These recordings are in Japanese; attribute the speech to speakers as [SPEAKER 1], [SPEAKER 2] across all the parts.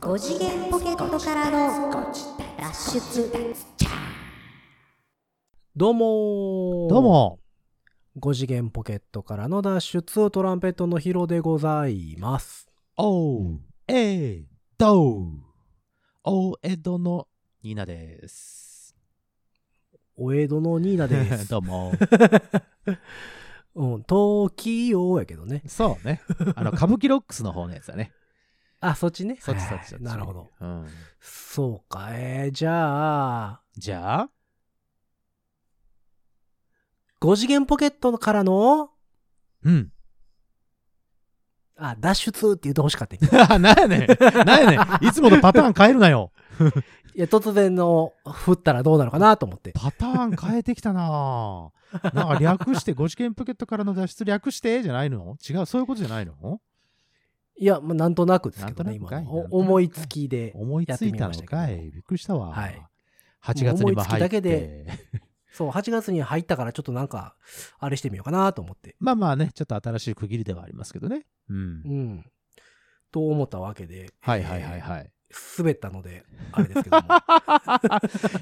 [SPEAKER 1] 5次元ポケットからの脱出
[SPEAKER 2] どうもー
[SPEAKER 3] どうも、
[SPEAKER 2] 5次元ポケットからの脱出トランペットのヒロでございます
[SPEAKER 3] おう、えー、どう、お江戸のニーナです。
[SPEAKER 2] お江戸のニーナです
[SPEAKER 3] どうも。
[SPEAKER 2] うん東京やけどね
[SPEAKER 3] そうね。あの、歌舞伎ロックスの方のやつだね。
[SPEAKER 2] あそっちね
[SPEAKER 3] そっち
[SPEAKER 2] はい
[SPEAKER 3] そ
[SPEAKER 2] はい
[SPEAKER 3] っちそっち。
[SPEAKER 2] なるほど
[SPEAKER 3] うん。
[SPEAKER 2] そうかえー、じゃあ
[SPEAKER 3] じゃあ、
[SPEAKER 2] 5次元ポケットからの
[SPEAKER 3] うん。
[SPEAKER 2] あ脱出って言ってほしかったけど
[SPEAKER 3] なんやねん。なんやねん。いつものパターン変えるなよ。
[SPEAKER 2] いや突然の降ったらどうなのかなと思って
[SPEAKER 3] パターン変えてきたなぁなんか略して、ご試験ポケットからの脱出略してじゃないの違う、そういうことじゃないの
[SPEAKER 2] いや、まあ、なんとなくですけどね
[SPEAKER 3] なんと
[SPEAKER 2] 今
[SPEAKER 3] なくかい
[SPEAKER 2] お
[SPEAKER 3] なんとなくかい
[SPEAKER 2] 思いつきで
[SPEAKER 3] 思いついた
[SPEAKER 2] やってみま
[SPEAKER 3] のか
[SPEAKER 2] したけ
[SPEAKER 3] い。びっくりしたわ。
[SPEAKER 2] はい。
[SPEAKER 3] 8月
[SPEAKER 2] もう思
[SPEAKER 3] にも入って。
[SPEAKER 2] いつきだけでそう8月に入ったからちょっとなんかあれしてみようかなと思って
[SPEAKER 3] まあまあね、ちょっと新しい区切りではありますけどね。うん
[SPEAKER 2] う。ん。と思ったわけで。
[SPEAKER 3] はいはいはいはい。
[SPEAKER 2] えー滑ったので、あれですけども。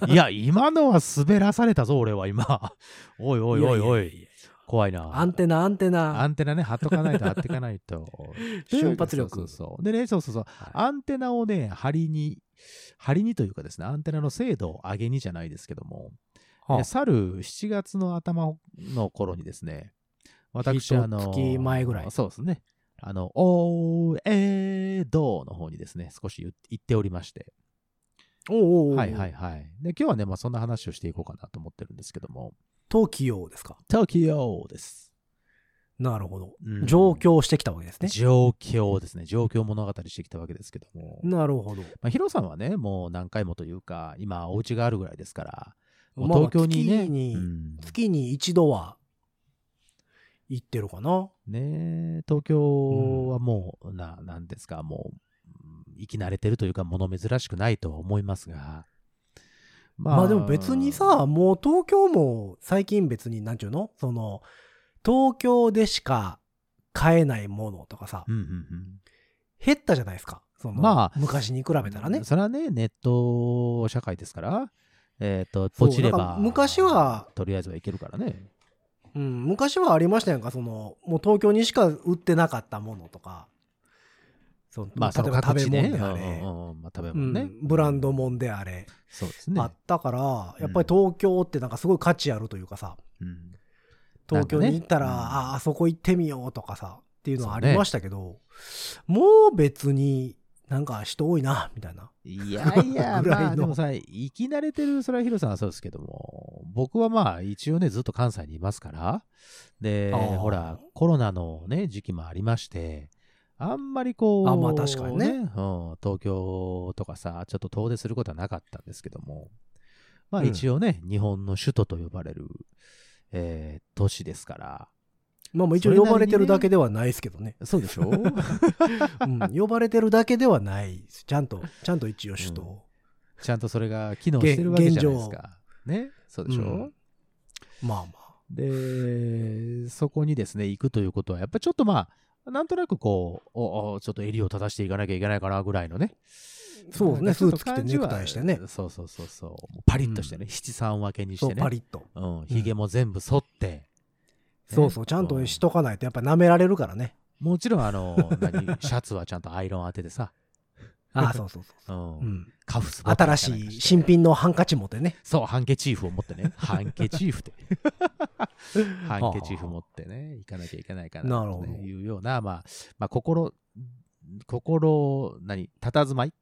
[SPEAKER 3] いや、今のは滑らされたぞ、俺は今。 おい おいおいおい。
[SPEAKER 2] ややや
[SPEAKER 3] 怖いな。
[SPEAKER 2] アンテナ、アンテ
[SPEAKER 3] ア
[SPEAKER 2] ナ。
[SPEAKER 3] ンテナね、貼っとかないと、貼ってかないと。
[SPEAKER 2] 瞬発力
[SPEAKER 3] そうそうそうでね、そうそうそう。
[SPEAKER 2] は
[SPEAKER 3] アンテナをね、張りに、張りにというかですね、アンテナの精度を上げにじゃないですけども、
[SPEAKER 2] はあ
[SPEAKER 3] え去る7月の頭の頃にですね、私、
[SPEAKER 2] 一
[SPEAKER 3] あの、
[SPEAKER 2] 月前ぐらい
[SPEAKER 3] そうですね。あの、おー、えー、どうの方にですね、少し言言っておりまして。
[SPEAKER 2] おうおうおう
[SPEAKER 3] はいはい。はい。で、今日はね、まあ、そんな話をしていこうかなと思ってるんですけども、
[SPEAKER 2] 東京ですか。
[SPEAKER 3] 東京です。
[SPEAKER 2] なるほど。
[SPEAKER 3] うん
[SPEAKER 2] 上京してきたわけですね。
[SPEAKER 3] 状況ですね。状況物語してきたわけですけども。
[SPEAKER 2] なるほど。
[SPEAKER 3] まあ、ヒロさんはね、もう何回もというか、今、お家があるぐらいですから、もう
[SPEAKER 2] まあ
[SPEAKER 3] 東京にね、
[SPEAKER 2] 月に
[SPEAKER 3] うん
[SPEAKER 2] 月に一度は行ってるかな。
[SPEAKER 3] ねえ東京はもう、ななんですか、もう、うん生き慣れてるというか、物珍しくないとは思いますが、ま
[SPEAKER 2] まあでも別にさ、、もう東京も最近別に、なんちゅうのその、東京でしか買えないものとかさ
[SPEAKER 3] う、んうんうん、
[SPEAKER 2] 減ったじゃないですか。その
[SPEAKER 3] まあ
[SPEAKER 2] 昔に比べたらね。
[SPEAKER 3] それはね、ネット社会ですから、えっ、と、
[SPEAKER 2] そう
[SPEAKER 3] ポチれ
[SPEAKER 2] だから
[SPEAKER 3] ば、
[SPEAKER 2] 昔は
[SPEAKER 3] とりあえずはいけるからね。
[SPEAKER 2] うん、昔はありましたやんかそのもう東京にしか売ってなかったものとかその
[SPEAKER 3] まあ、そ
[SPEAKER 2] 例え
[SPEAKER 3] の
[SPEAKER 2] ば
[SPEAKER 3] 各
[SPEAKER 2] 食べ
[SPEAKER 3] 地
[SPEAKER 2] 物
[SPEAKER 3] ね、
[SPEAKER 2] であれ、
[SPEAKER 3] うんうんうんまあ、食べ
[SPEAKER 2] う
[SPEAKER 3] 物ね、
[SPEAKER 2] んブランドもんであれ、
[SPEAKER 3] そうですね
[SPEAKER 2] あ。ったから
[SPEAKER 3] うん
[SPEAKER 2] やっぱり東京ってなんかすごい価値あるというかさ
[SPEAKER 3] うん
[SPEAKER 2] 東京に行ったら、
[SPEAKER 3] なんかねうん
[SPEAKER 2] ああそこ行ってみようとかさっていうのはあ
[SPEAKER 3] そう
[SPEAKER 2] り
[SPEAKER 3] ね
[SPEAKER 2] ましたけど、もう別になんか人多いなみたいない
[SPEAKER 3] やい や、
[SPEAKER 2] ぐらいの
[SPEAKER 3] まあ、でもさ、生き慣れてる、それはヒロさんはそうですけども、僕はまあ、一応ね、ずっと関西にいますから、で、
[SPEAKER 2] あー
[SPEAKER 3] ほら、コロナのね、時期もありまして、あんまりこう、
[SPEAKER 2] あまあ確かにね
[SPEAKER 3] うん、東京とかさ、ちょっと遠出することはなかったんですけども、まあ
[SPEAKER 2] うん
[SPEAKER 3] 一応ね、日本の首都と呼ばれる、えー都市ですから、
[SPEAKER 2] まあまあ一応
[SPEAKER 3] それ
[SPEAKER 2] 呼
[SPEAKER 3] なりにね
[SPEAKER 2] ばれてるだけではないですけどね
[SPEAKER 3] そうでしょ
[SPEAKER 2] うん、呼ばれてるだけではないですちゃんとちゃんと一応首都、
[SPEAKER 3] ちゃんとそれが機能してるわけじゃないですか。ね、そうでしょ、
[SPEAKER 2] うんまあまあ
[SPEAKER 3] で、そこにですね、行くということは、やっぱりちょっとまあ、なんとなくこう、おおちょっと襟を正していかなきゃいけないかなぐらいのね。
[SPEAKER 2] そうですね
[SPEAKER 3] なんかち
[SPEAKER 2] ス
[SPEAKER 3] ょっ
[SPEAKER 2] ー
[SPEAKER 3] と
[SPEAKER 2] ツ着て
[SPEAKER 3] 感
[SPEAKER 2] ネ
[SPEAKER 3] じは
[SPEAKER 2] クタイしてね
[SPEAKER 3] そうそうそうそう。もうパリッとしてね、七三分けにし
[SPEAKER 2] そう
[SPEAKER 3] て
[SPEAKER 2] パリ
[SPEAKER 3] ね。
[SPEAKER 2] ッと
[SPEAKER 3] うん、ひげも全部剃って。
[SPEAKER 2] そうそう、ちゃんとしとかないとやっぱ舐められるからね。
[SPEAKER 3] もちろん、あの、何、シャツはちゃんとアイロン当ててさ。
[SPEAKER 2] ああ、そうそうそうう。
[SPEAKER 3] ん。
[SPEAKER 2] うん、
[SPEAKER 3] カフスボタン
[SPEAKER 2] 新
[SPEAKER 3] か
[SPEAKER 2] し
[SPEAKER 3] なんかて
[SPEAKER 2] い新。品のハンカチ持ってね。
[SPEAKER 3] そう、ハンケチーフを持ってね。ハンケチーフ って。ハンケチーフ持ってね、行かなきゃいけないかな
[SPEAKER 2] なるほ
[SPEAKER 3] と
[SPEAKER 2] ど
[SPEAKER 3] いうような、まあ、まあ、心、心、何、たたずまい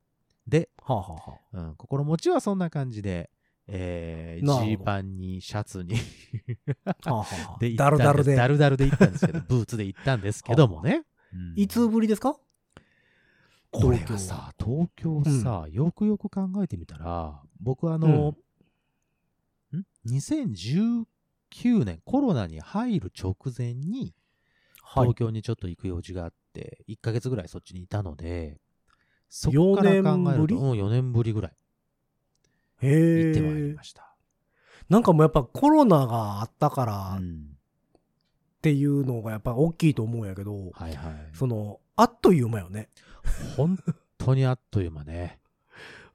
[SPEAKER 3] で、
[SPEAKER 2] はあはあはあ
[SPEAKER 3] うん、心持ちはそんな感じで、えー
[SPEAKER 2] なるほど
[SPEAKER 3] ジーパンにシャツに
[SPEAKER 2] はあはあはあ
[SPEAKER 3] で行った
[SPEAKER 2] ダ
[SPEAKER 3] ん
[SPEAKER 2] ル
[SPEAKER 3] す
[SPEAKER 2] ダルで。
[SPEAKER 3] ダルダルで行ったんですけ ど、ブーツで行ったんですけどもね。うん
[SPEAKER 2] いつぶりですか
[SPEAKER 3] これがさ、東京さ、よくよく考えてみたら、僕あの、ん ?2019 年、コロナに入る直前に、
[SPEAKER 2] はい
[SPEAKER 3] 東。京にちょっと行く用事があって、1ヶ月ぐらいそっちにいたので、そこ
[SPEAKER 2] 四
[SPEAKER 3] から考え
[SPEAKER 2] 年
[SPEAKER 3] ると、
[SPEAKER 2] ぶり
[SPEAKER 3] うん、4年ぶりぐらい
[SPEAKER 2] へ
[SPEAKER 3] 行ってまいり
[SPEAKER 2] え
[SPEAKER 3] ま。した。
[SPEAKER 2] なんかもうやっぱコロナがあったからっ
[SPEAKER 3] うん
[SPEAKER 2] ていうのがやっぱ大きいと思うんやけど、
[SPEAKER 3] はいはい。
[SPEAKER 2] その、あっという間よね。
[SPEAKER 3] 本当にあっという間ね。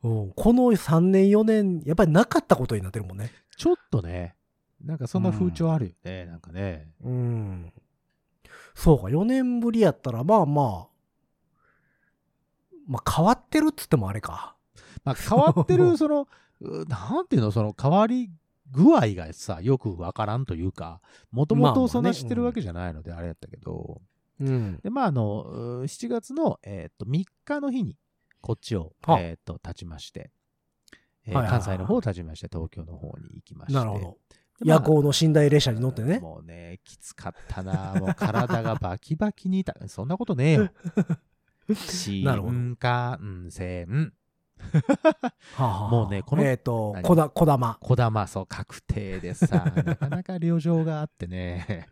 [SPEAKER 2] うん、この3年4年やっぱりなかったことになってるもんね
[SPEAKER 3] ちょっとね、なんかそんな風潮あるよね、なんかね。
[SPEAKER 2] うんそうか4年ぶりやったらまあまあまあ変わってるっつってもあれか
[SPEAKER 3] まあ、変わっ てる、その、うなんていうの、その変わり具合がさ、よくわからんというか、もと
[SPEAKER 2] ま
[SPEAKER 3] も
[SPEAKER 2] あまあ
[SPEAKER 3] と
[SPEAKER 2] ね
[SPEAKER 3] そんな知ってるわけじゃないので、あれやったけど、
[SPEAKER 2] うん
[SPEAKER 3] で、まあ、あの、う7月の、えー、と3日の日に、こっちを、
[SPEAKER 2] はあ
[SPEAKER 3] えー、と、立ちまして、えー
[SPEAKER 2] はいはいはい
[SPEAKER 3] 関西の方を立ちまして、東京の方に行きまして。
[SPEAKER 2] なるほど
[SPEAKER 3] でまあ
[SPEAKER 2] 夜行の寝台列車に乗ってね
[SPEAKER 3] もうね、きつかったな。もう体がバキバキに痛い。 そんなことねえよ。
[SPEAKER 2] なるほど
[SPEAKER 3] 新幹線、
[SPEAKER 2] はあはあ
[SPEAKER 3] もうねこの
[SPEAKER 2] えっ、と
[SPEAKER 3] 何
[SPEAKER 2] こだこだま
[SPEAKER 3] こだま、そう、確定で さ、なかなか旅情があってね、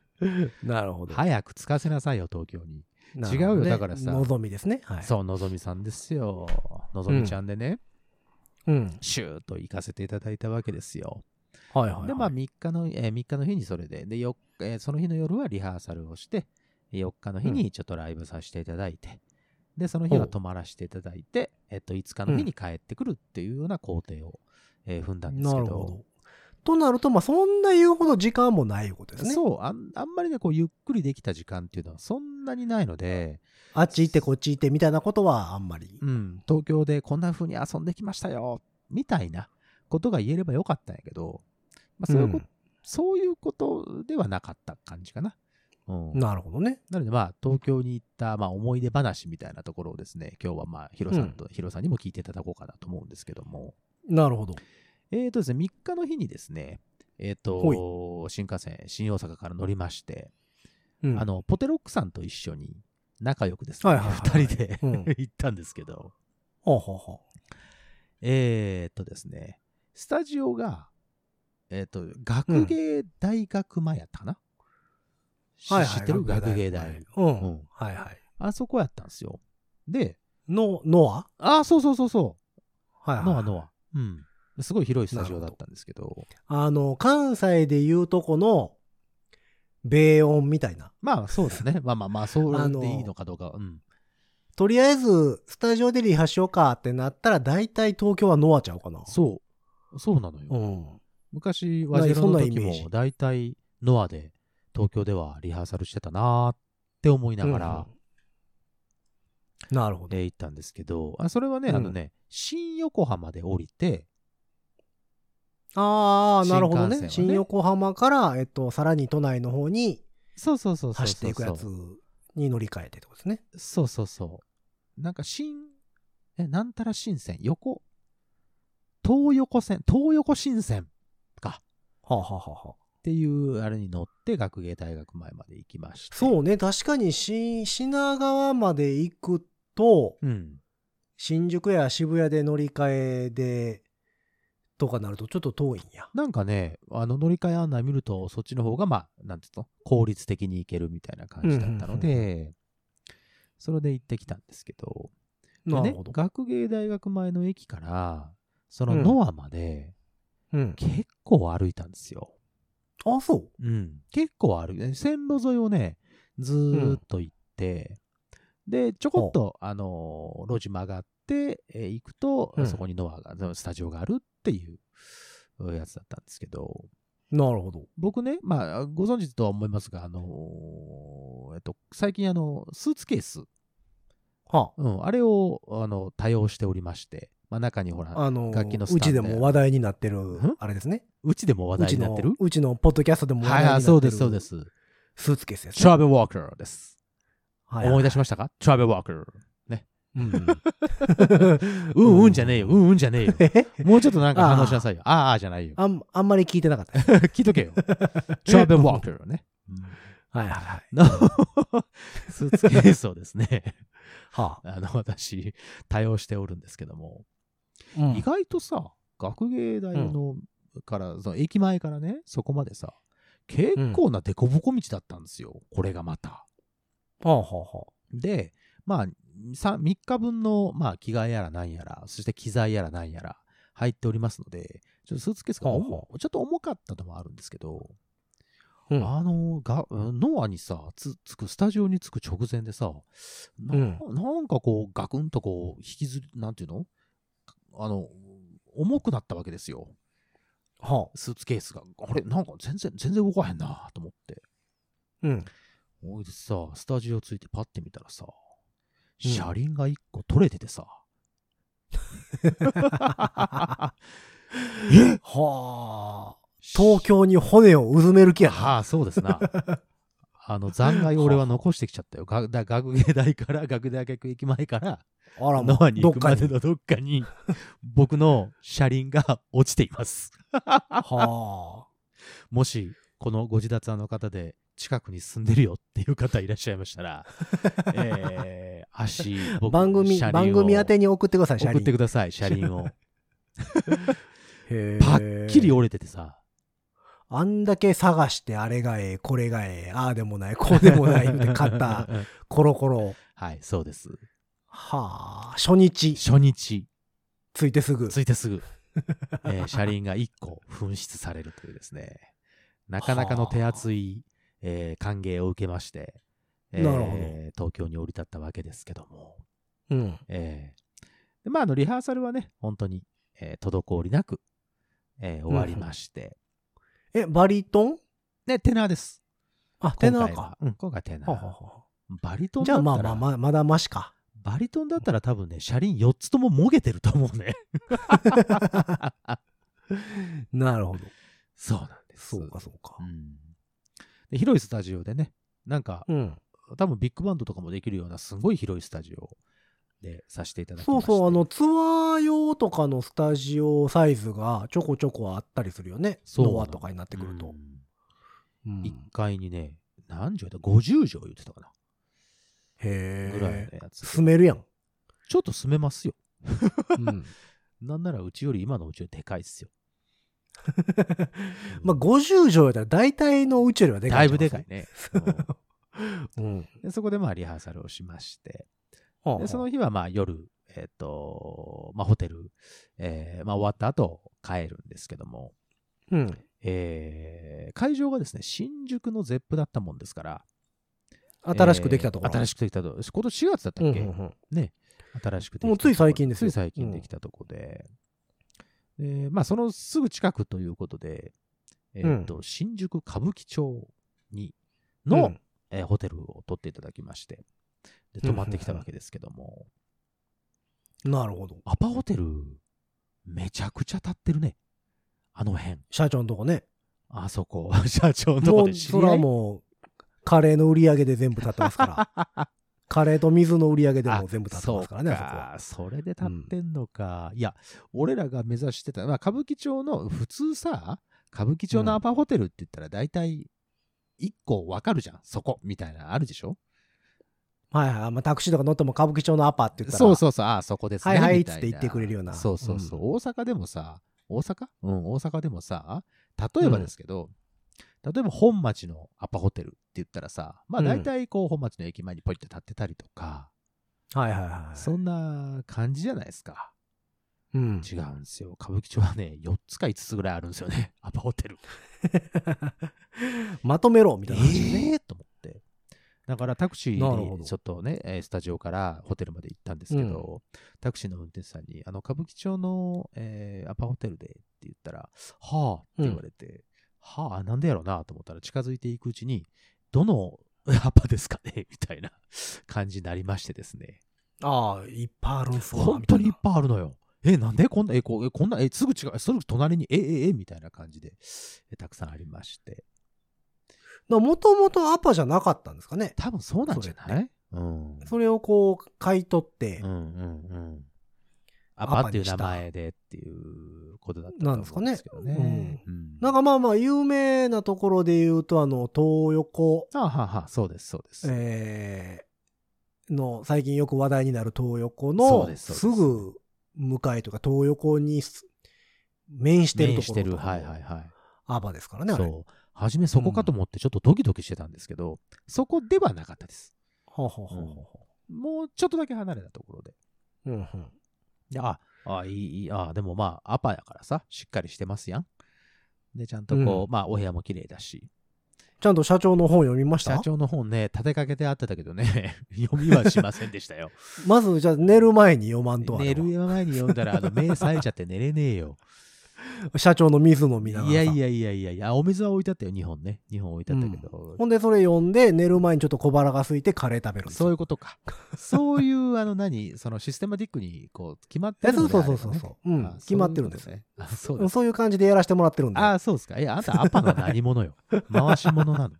[SPEAKER 2] なるほ
[SPEAKER 3] 早く着かせなさいよ、東京に。
[SPEAKER 2] なるほど
[SPEAKER 3] 違うよ
[SPEAKER 2] ね
[SPEAKER 3] だからさ
[SPEAKER 2] 望みですねはい
[SPEAKER 3] そう、のぞみさんですよ。のぞみちゃんでね、
[SPEAKER 2] う、ん、
[SPEAKER 3] シューッと行かせていただいたわけですよ。
[SPEAKER 2] はいはいはい、
[SPEAKER 3] で、まあ3日の、えー3日の日にそれで、で、よえーその日の夜はリハーサルをして、4日の日にちょっとライブさせていただいて、で、その日
[SPEAKER 2] ほ
[SPEAKER 3] は
[SPEAKER 2] う
[SPEAKER 3] 泊まらせていただいて、えっと、5日の日に帰ってくるっていうような工程を、えー踏んだんです
[SPEAKER 2] な
[SPEAKER 3] け
[SPEAKER 2] るほ
[SPEAKER 3] ど、
[SPEAKER 2] どとなるとまあそんな言うほど時間もないことですね
[SPEAKER 3] そうあん、あんまりね、こう、ゆっくりできた時間っていうのはそんなにないので、
[SPEAKER 2] あっち行ってこっち行ってみたいなことはあんまり
[SPEAKER 3] うん、東京でこんな風に遊んできましたよ、みたいなことが言えればよかったんやけど、まあ、そういうこ
[SPEAKER 2] うん
[SPEAKER 3] そういうことではなかった感じかな。うん、
[SPEAKER 2] なるほどね
[SPEAKER 3] なので、まあ、東京に行った、まあ、思い出話みたいなところをですね、今日は、まあ、ヒロさんと、ヒロさんにも聞いていただこうかなと思うんですけども、
[SPEAKER 2] なるほど
[SPEAKER 3] えーとですね、3日の日にですね、えっ、と、新幹線、新大阪から乗りまして、
[SPEAKER 2] うん
[SPEAKER 3] あの、ポテロックさんと一緒に、仲良くですね、
[SPEAKER 2] はいはいはい
[SPEAKER 3] 2人で、
[SPEAKER 2] うん
[SPEAKER 3] 行ったんですけど、
[SPEAKER 2] ほうほうほ
[SPEAKER 3] えっ、とですね、スタジオが、えっ、と、学芸大学前やったかな、
[SPEAKER 2] うはいはい
[SPEAKER 3] 知ってる学芸大。
[SPEAKER 2] うん、
[SPEAKER 3] うん
[SPEAKER 2] はいはい
[SPEAKER 3] あそこやったんですよ。で、
[SPEAKER 2] のノ
[SPEAKER 3] あ、そうそうそうそう。
[SPEAKER 2] アはいはい
[SPEAKER 3] ノアノア。うん。すごい広いスタジオだったんですけど、
[SPEAKER 2] あの関西で言うとこの米音みたいな
[SPEAKER 3] まあそうです ね。まあまあまあ、そう
[SPEAKER 2] あ
[SPEAKER 3] やっ
[SPEAKER 2] の
[SPEAKER 3] ていいのかどうか。うん。
[SPEAKER 2] とりあえずスタジオでリハしようかってなったら大体東京はノアちゃうかな
[SPEAKER 3] そう。そうなのよ。
[SPEAKER 2] うん
[SPEAKER 3] 昔、ワジロ
[SPEAKER 2] そん
[SPEAKER 3] の
[SPEAKER 2] な
[SPEAKER 3] 時
[SPEAKER 2] イメージ
[SPEAKER 3] も、だいたいノアで、東京ではリハーサルしてたなーって思いながら、
[SPEAKER 2] うんなるほど
[SPEAKER 3] で、行ったんですけど、あそれはね、
[SPEAKER 2] うん
[SPEAKER 3] あのね、新横浜で降りて、
[SPEAKER 2] ああなるほどね
[SPEAKER 3] 新幹線はね
[SPEAKER 2] 新横浜から、えっと、さらに都内の方に
[SPEAKER 3] そうそうそうそうそう。
[SPEAKER 2] 走っていくやつに乗り換えてってことですね
[SPEAKER 3] そうそうそう。なんか新、え、なんたら新線、横、東横線、東横新線か。
[SPEAKER 2] はあはあはあはあ
[SPEAKER 3] っていうあれに乗って学芸大学前まで行きました。
[SPEAKER 2] そうね確かにし品川まで行くと
[SPEAKER 3] うん。
[SPEAKER 2] 新宿や渋谷で乗り換えでとかなるとちょっと遠いんや
[SPEAKER 3] なんかね、あの乗り換え案内見ると、そっちの方が、まあ、なんていうの、効率的に行けるみたいな感じだったの
[SPEAKER 2] うんう
[SPEAKER 3] で、それで行ってきたんですけど、で
[SPEAKER 2] なる
[SPEAKER 3] ね
[SPEAKER 2] ほど、、
[SPEAKER 3] 学芸大学前の駅から、その
[SPEAKER 2] うん
[SPEAKER 3] ノアまで、
[SPEAKER 2] うん、
[SPEAKER 3] 結構歩いたんですよ。
[SPEAKER 2] あそう
[SPEAKER 3] うん、結構ある、ね、線路沿いをねずーっと行って、でちょこっと、あのー路地曲がって、えー行くと、
[SPEAKER 2] うん
[SPEAKER 3] そこにノアがそのスタジオがあるっていううんやつだったんですけど
[SPEAKER 2] なるほど
[SPEAKER 3] 僕ねまあご存知とは思いますがあのーえっと最近あのスーツケース、
[SPEAKER 2] は
[SPEAKER 3] うん、あれをあの多用しておりまして、まあ、中にほら
[SPEAKER 2] ああの
[SPEAKER 3] 楽器のスタ
[SPEAKER 2] う
[SPEAKER 3] ンドや
[SPEAKER 2] ちでも話題になってる
[SPEAKER 3] ん
[SPEAKER 2] あれですね
[SPEAKER 3] うちでも話
[SPEAKER 2] う
[SPEAKER 3] 題
[SPEAKER 2] ち
[SPEAKER 3] になっ
[SPEAKER 2] の
[SPEAKER 3] てる
[SPEAKER 2] うちのポッドキャストでも話題
[SPEAKER 3] はい
[SPEAKER 2] にな
[SPEAKER 3] は
[SPEAKER 2] っ
[SPEAKER 3] い
[SPEAKER 2] てる
[SPEAKER 3] そうですそうです
[SPEAKER 2] スーツケースです
[SPEAKER 3] トラベルウォーカーです、
[SPEAKER 2] はい
[SPEAKER 3] 思い出しましたかトラベルウォーカー
[SPEAKER 2] うん
[SPEAKER 3] うん うんじゃねえよ、うんうんじゃねえよ。
[SPEAKER 2] え
[SPEAKER 3] もうちょっとなんか反応しなさいよ。あーあーじゃないよ。
[SPEAKER 2] あんあんまり聞いてな かったです
[SPEAKER 3] 聞いとけよ。チャーベン・ワーカーね。
[SPEAKER 2] はいはいはい
[SPEAKER 3] の スーツケースをですね、
[SPEAKER 2] はあ
[SPEAKER 3] あの、 私、対応しておるんですけども、
[SPEAKER 2] うん
[SPEAKER 3] 意外とさ、学芸大の、から、その駅前からね、そこまでさ、結構な凸凹道だったんですよ、これがまた。
[SPEAKER 2] はあはあはあ
[SPEAKER 3] で、まあ、3, 日分の、まあ、着替えやらなんやら、そして機材やらなんやら入っておりますので、ちょっとスーツケースが重
[SPEAKER 2] ほう
[SPEAKER 3] ちょっと重かったのもあるんですけど、
[SPEAKER 2] うん
[SPEAKER 3] あのがノアにさつつくスタジオに着く直前でさな,、
[SPEAKER 2] うん
[SPEAKER 3] なんかこうガクンとこう引きずりなんていうのあの重くなったわけですよ
[SPEAKER 2] はあ
[SPEAKER 3] スーツケースがあれなんか全然全然動かへんなと思って
[SPEAKER 2] うん
[SPEAKER 3] おいでさスタジオ着いてパッて見たらさ
[SPEAKER 2] うん
[SPEAKER 3] 車輪が1個取れてて さ、え
[SPEAKER 2] はあ東京に骨をうずめる気やな
[SPEAKER 3] はあ、そうですな。 あの残骸を俺は残してきちゃったよ。がだ学芸大から、学芸大学駅前から、
[SPEAKER 2] あ らも
[SPEAKER 3] ノア
[SPEAKER 2] う
[SPEAKER 3] に
[SPEAKER 2] ど
[SPEAKER 3] 行
[SPEAKER 2] っ
[SPEAKER 3] く
[SPEAKER 2] か
[SPEAKER 3] まで
[SPEAKER 2] に
[SPEAKER 3] のどっかに、僕の車輪が落ちています。
[SPEAKER 2] は
[SPEAKER 3] もし、このご自立あの方で、近くに住んでるよっていう方いらっしゃいまし たら、えー、足、
[SPEAKER 2] あ
[SPEAKER 3] 僕
[SPEAKER 2] 番組
[SPEAKER 3] 車輪を
[SPEAKER 2] 番組宛てに送ってください車
[SPEAKER 3] 送
[SPEAKER 2] 輪
[SPEAKER 3] ってください、車輪を。
[SPEAKER 2] へえ
[SPEAKER 3] パッキリ折れててさ、
[SPEAKER 2] あんだけ探してあれがええこれがええああでもないこうでもないって買ったコロコロ
[SPEAKER 3] はい、そうです。
[SPEAKER 2] はあ初日
[SPEAKER 3] 初日。
[SPEAKER 2] ついてすぐ
[SPEAKER 3] ついてすぐ、えー車輪が1個紛失されるというですね、なかなかの手厚い、えー歓迎を受けまして、えー
[SPEAKER 2] なるほど
[SPEAKER 3] 東京に降り立ったわけですけども、
[SPEAKER 2] うん
[SPEAKER 3] えーでまあ、あのリハーサルはね、本当に、えー滞りなく、えー終わりまして、
[SPEAKER 2] えバリトン
[SPEAKER 3] ね、テナーです。
[SPEAKER 2] あテ
[SPEAKER 3] 今
[SPEAKER 2] ナ
[SPEAKER 3] 回
[SPEAKER 2] ーか
[SPEAKER 3] は、うん、今回テナ
[SPEAKER 2] はあ
[SPEAKER 3] ー
[SPEAKER 2] は。あは
[SPEAKER 3] バリト
[SPEAKER 2] あ
[SPEAKER 3] ン
[SPEAKER 2] じ
[SPEAKER 3] だっ
[SPEAKER 2] ゃ
[SPEAKER 3] た
[SPEAKER 2] あまあ
[SPEAKER 3] ら、
[SPEAKER 2] まあまあまだマシか
[SPEAKER 3] バリトンだったら多分ね、車輪4つとももげてると思うね。
[SPEAKER 2] なるほど
[SPEAKER 3] そうなんです。
[SPEAKER 2] そうかそうか
[SPEAKER 3] うんで広いスタジオでね、なんか、
[SPEAKER 2] うん
[SPEAKER 3] 多分ビッグバンドとかもできるような、すごい広いスタジオでさせていただき
[SPEAKER 2] そ
[SPEAKER 3] ま
[SPEAKER 2] う
[SPEAKER 3] して
[SPEAKER 2] そう、あの、ツアー用とかのスタジオサイズがちょこちょこあったりするよね。
[SPEAKER 3] そう
[SPEAKER 2] ノアとかになってくると。うん
[SPEAKER 3] 1階にね、何畳だ ?50 畳言ってたかなぐらいの
[SPEAKER 2] へえ。
[SPEAKER 3] やつ。
[SPEAKER 2] 住めるやん。
[SPEAKER 3] ちょっと住めますよ。
[SPEAKER 2] うん
[SPEAKER 3] なんならうちより今のうちよりでかいっすよ。
[SPEAKER 2] まあ、50畳やったら大体の宇宙よりはでか
[SPEAKER 3] だ
[SPEAKER 2] い
[SPEAKER 3] い
[SPEAKER 2] んちゃ
[SPEAKER 3] ぶ
[SPEAKER 2] う。
[SPEAKER 3] でかい ね。うん
[SPEAKER 2] うん。
[SPEAKER 3] でそこでまあリハーサルをしまして、
[SPEAKER 2] はあは
[SPEAKER 3] で
[SPEAKER 2] あ
[SPEAKER 3] その日はまあ夜、えっ、と、まあホテル、えーまあ終わった後帰るんですけども、
[SPEAKER 2] うん。
[SPEAKER 3] えー会場がですね、新宿のゼップだったもんですから。
[SPEAKER 2] 新しくできたところ。
[SPEAKER 3] えー新しくできたところ。今年4月だったっけ、
[SPEAKER 2] うんうんうん
[SPEAKER 3] ね。新しくできたところ
[SPEAKER 2] もうつい最近ですよ
[SPEAKER 3] つい最近できたところで。でまあ、そのすぐ近くということで、えーっと、新宿歌舞伎町に、の、
[SPEAKER 2] うん
[SPEAKER 3] えーホテルを取っていただきまして、で泊まってきたわけですけども、
[SPEAKER 2] なるほど。
[SPEAKER 3] アパホテル、めちゃくちゃ立ってるね。あの辺。
[SPEAKER 2] 社長のとこね。
[SPEAKER 3] あそこ、 社長のと
[SPEAKER 2] も
[SPEAKER 3] こ
[SPEAKER 2] う、
[SPEAKER 3] で知り
[SPEAKER 2] そ
[SPEAKER 3] 合い
[SPEAKER 2] れはもう、カレーの売り上げで全部立ってますから。 カレーと水の売り上げでもう全部立ってますからね、あそこは。
[SPEAKER 3] あそうかそれで立ってんのか、いや俺らが目指してた、まあ、歌舞伎町の普通さ歌舞伎町のアパホテルって言ったら大体1個わかるじゃんそこみたいなのあるでしょ
[SPEAKER 2] はいはい。まあ、タクシーとか乗っても歌舞伎町のアパって言ったら。
[SPEAKER 3] そうそうそうああそこですね
[SPEAKER 2] はいはい
[SPEAKER 3] みたな
[SPEAKER 2] っつって言ってくれるような
[SPEAKER 3] そうそうそう、大阪でもさ大阪うん大阪でもさ例えばですけど、例えば本町のアパホテルって言ったらさまあ大体こう本町の駅前にポイって立ってたりとか、
[SPEAKER 2] はいはいはい。
[SPEAKER 3] そんな感じじゃないですか
[SPEAKER 2] うん。
[SPEAKER 3] 違うんですよ。歌舞伎町はね、4つか5つぐ らいあるんです よね。アパホテル。
[SPEAKER 2] まとめろみ
[SPEAKER 3] え
[SPEAKER 2] たいな話ね。
[SPEAKER 3] ーと思って。だからタクシ
[SPEAKER 2] なるほ
[SPEAKER 3] ー
[SPEAKER 2] ど
[SPEAKER 3] にちょっとね、えースタジオからホテルまで行ったんですけど、タクシーの運転手さんに、あの、歌舞伎町の、えーアパホテルでって言ったら、はあって言われて、はあ、なんでやろうなと思ったら近づいていくうちに、どの アパですかねみたいな感じになりましてですね。
[SPEAKER 2] ああ、いっぱいあるんすわ。
[SPEAKER 3] 本当にいっぱいあるのよ。え、なんでこんな、え、こうえこんな、え、すぐ違う、すぐ隣に、え、え、え、みたいな感じで、えたくさんありまして。
[SPEAKER 2] もともとアパじゃなかったんですかね。
[SPEAKER 3] 多分そうなんじゃないうん。
[SPEAKER 2] それをこう、買い取って
[SPEAKER 3] うんう、んうん。ア
[SPEAKER 2] ア
[SPEAKER 3] パ
[SPEAKER 2] パ
[SPEAKER 3] ってい
[SPEAKER 2] に
[SPEAKER 3] う
[SPEAKER 2] した
[SPEAKER 3] 名前でっていうことだったと思うんですけどね。
[SPEAKER 2] なんですかね
[SPEAKER 3] うん
[SPEAKER 2] なんかまあまあ、有名なところで言うと、あの、東横、
[SPEAKER 3] あははそうです、そうです。
[SPEAKER 2] えーの、最近よく話題になる東横
[SPEAKER 3] そう
[SPEAKER 2] の、
[SPEAKER 3] です
[SPEAKER 2] す
[SPEAKER 3] そうです
[SPEAKER 2] ぐ向かいとか、東横にす面してる
[SPEAKER 3] 面
[SPEAKER 2] と
[SPEAKER 3] し
[SPEAKER 2] こ
[SPEAKER 3] て
[SPEAKER 2] ろ
[SPEAKER 3] る、
[SPEAKER 2] とか
[SPEAKER 3] はいは
[SPEAKER 2] も
[SPEAKER 3] いはい。
[SPEAKER 2] アパですからね、あれ。は
[SPEAKER 3] そう。初めそこかと思ってちょっとドキドキしてたんですけど、そこではなかったです。
[SPEAKER 2] あはあはあは
[SPEAKER 3] もうちょっとだけ離れたところで。
[SPEAKER 2] あうんうん
[SPEAKER 3] であ、あ、いい、いい、あ、でもまあ、アパやからさ、しっかりしてますやん。で、ちゃんとこう、まあ、お部屋も綺麗だし、
[SPEAKER 2] ちゃんと社長の本読みました
[SPEAKER 3] 社長の本ね、立てかけてあってたけどね、 読みはしませんでし たよ。
[SPEAKER 2] まず、じゃあ寝る前に読まんとあれ
[SPEAKER 3] 寝
[SPEAKER 2] は
[SPEAKER 3] る前に読んだら、あの、目冴えちゃって寝れねえよ。
[SPEAKER 2] 社長の水飲み
[SPEAKER 3] い
[SPEAKER 2] ながらさ
[SPEAKER 3] やいやいやいやいや、お水は置いてあったよ、2本ね。2本置いてあったけど。
[SPEAKER 2] ほんでそれ読んで寝る前にちょっと小腹が空いてカレー食べるんです
[SPEAKER 3] そう
[SPEAKER 2] よ
[SPEAKER 3] いうことか。そういう、あの、何、そのシステマティックに、こう、決まって
[SPEAKER 2] え
[SPEAKER 3] る
[SPEAKER 2] そ
[SPEAKER 3] の
[SPEAKER 2] う
[SPEAKER 3] であ
[SPEAKER 2] そう
[SPEAKER 3] れば
[SPEAKER 2] そ
[SPEAKER 3] ね
[SPEAKER 2] うそうそう、うん
[SPEAKER 3] あ、
[SPEAKER 2] 決まってるんです
[SPEAKER 3] そう
[SPEAKER 2] よ
[SPEAKER 3] いうことね。あ、そう
[SPEAKER 2] う
[SPEAKER 3] で
[SPEAKER 2] ん
[SPEAKER 3] す。
[SPEAKER 2] そういう感じでやらせてもらってるんで
[SPEAKER 3] あ、そうですか。え、あんた、アパの何者 よ。回し者なの。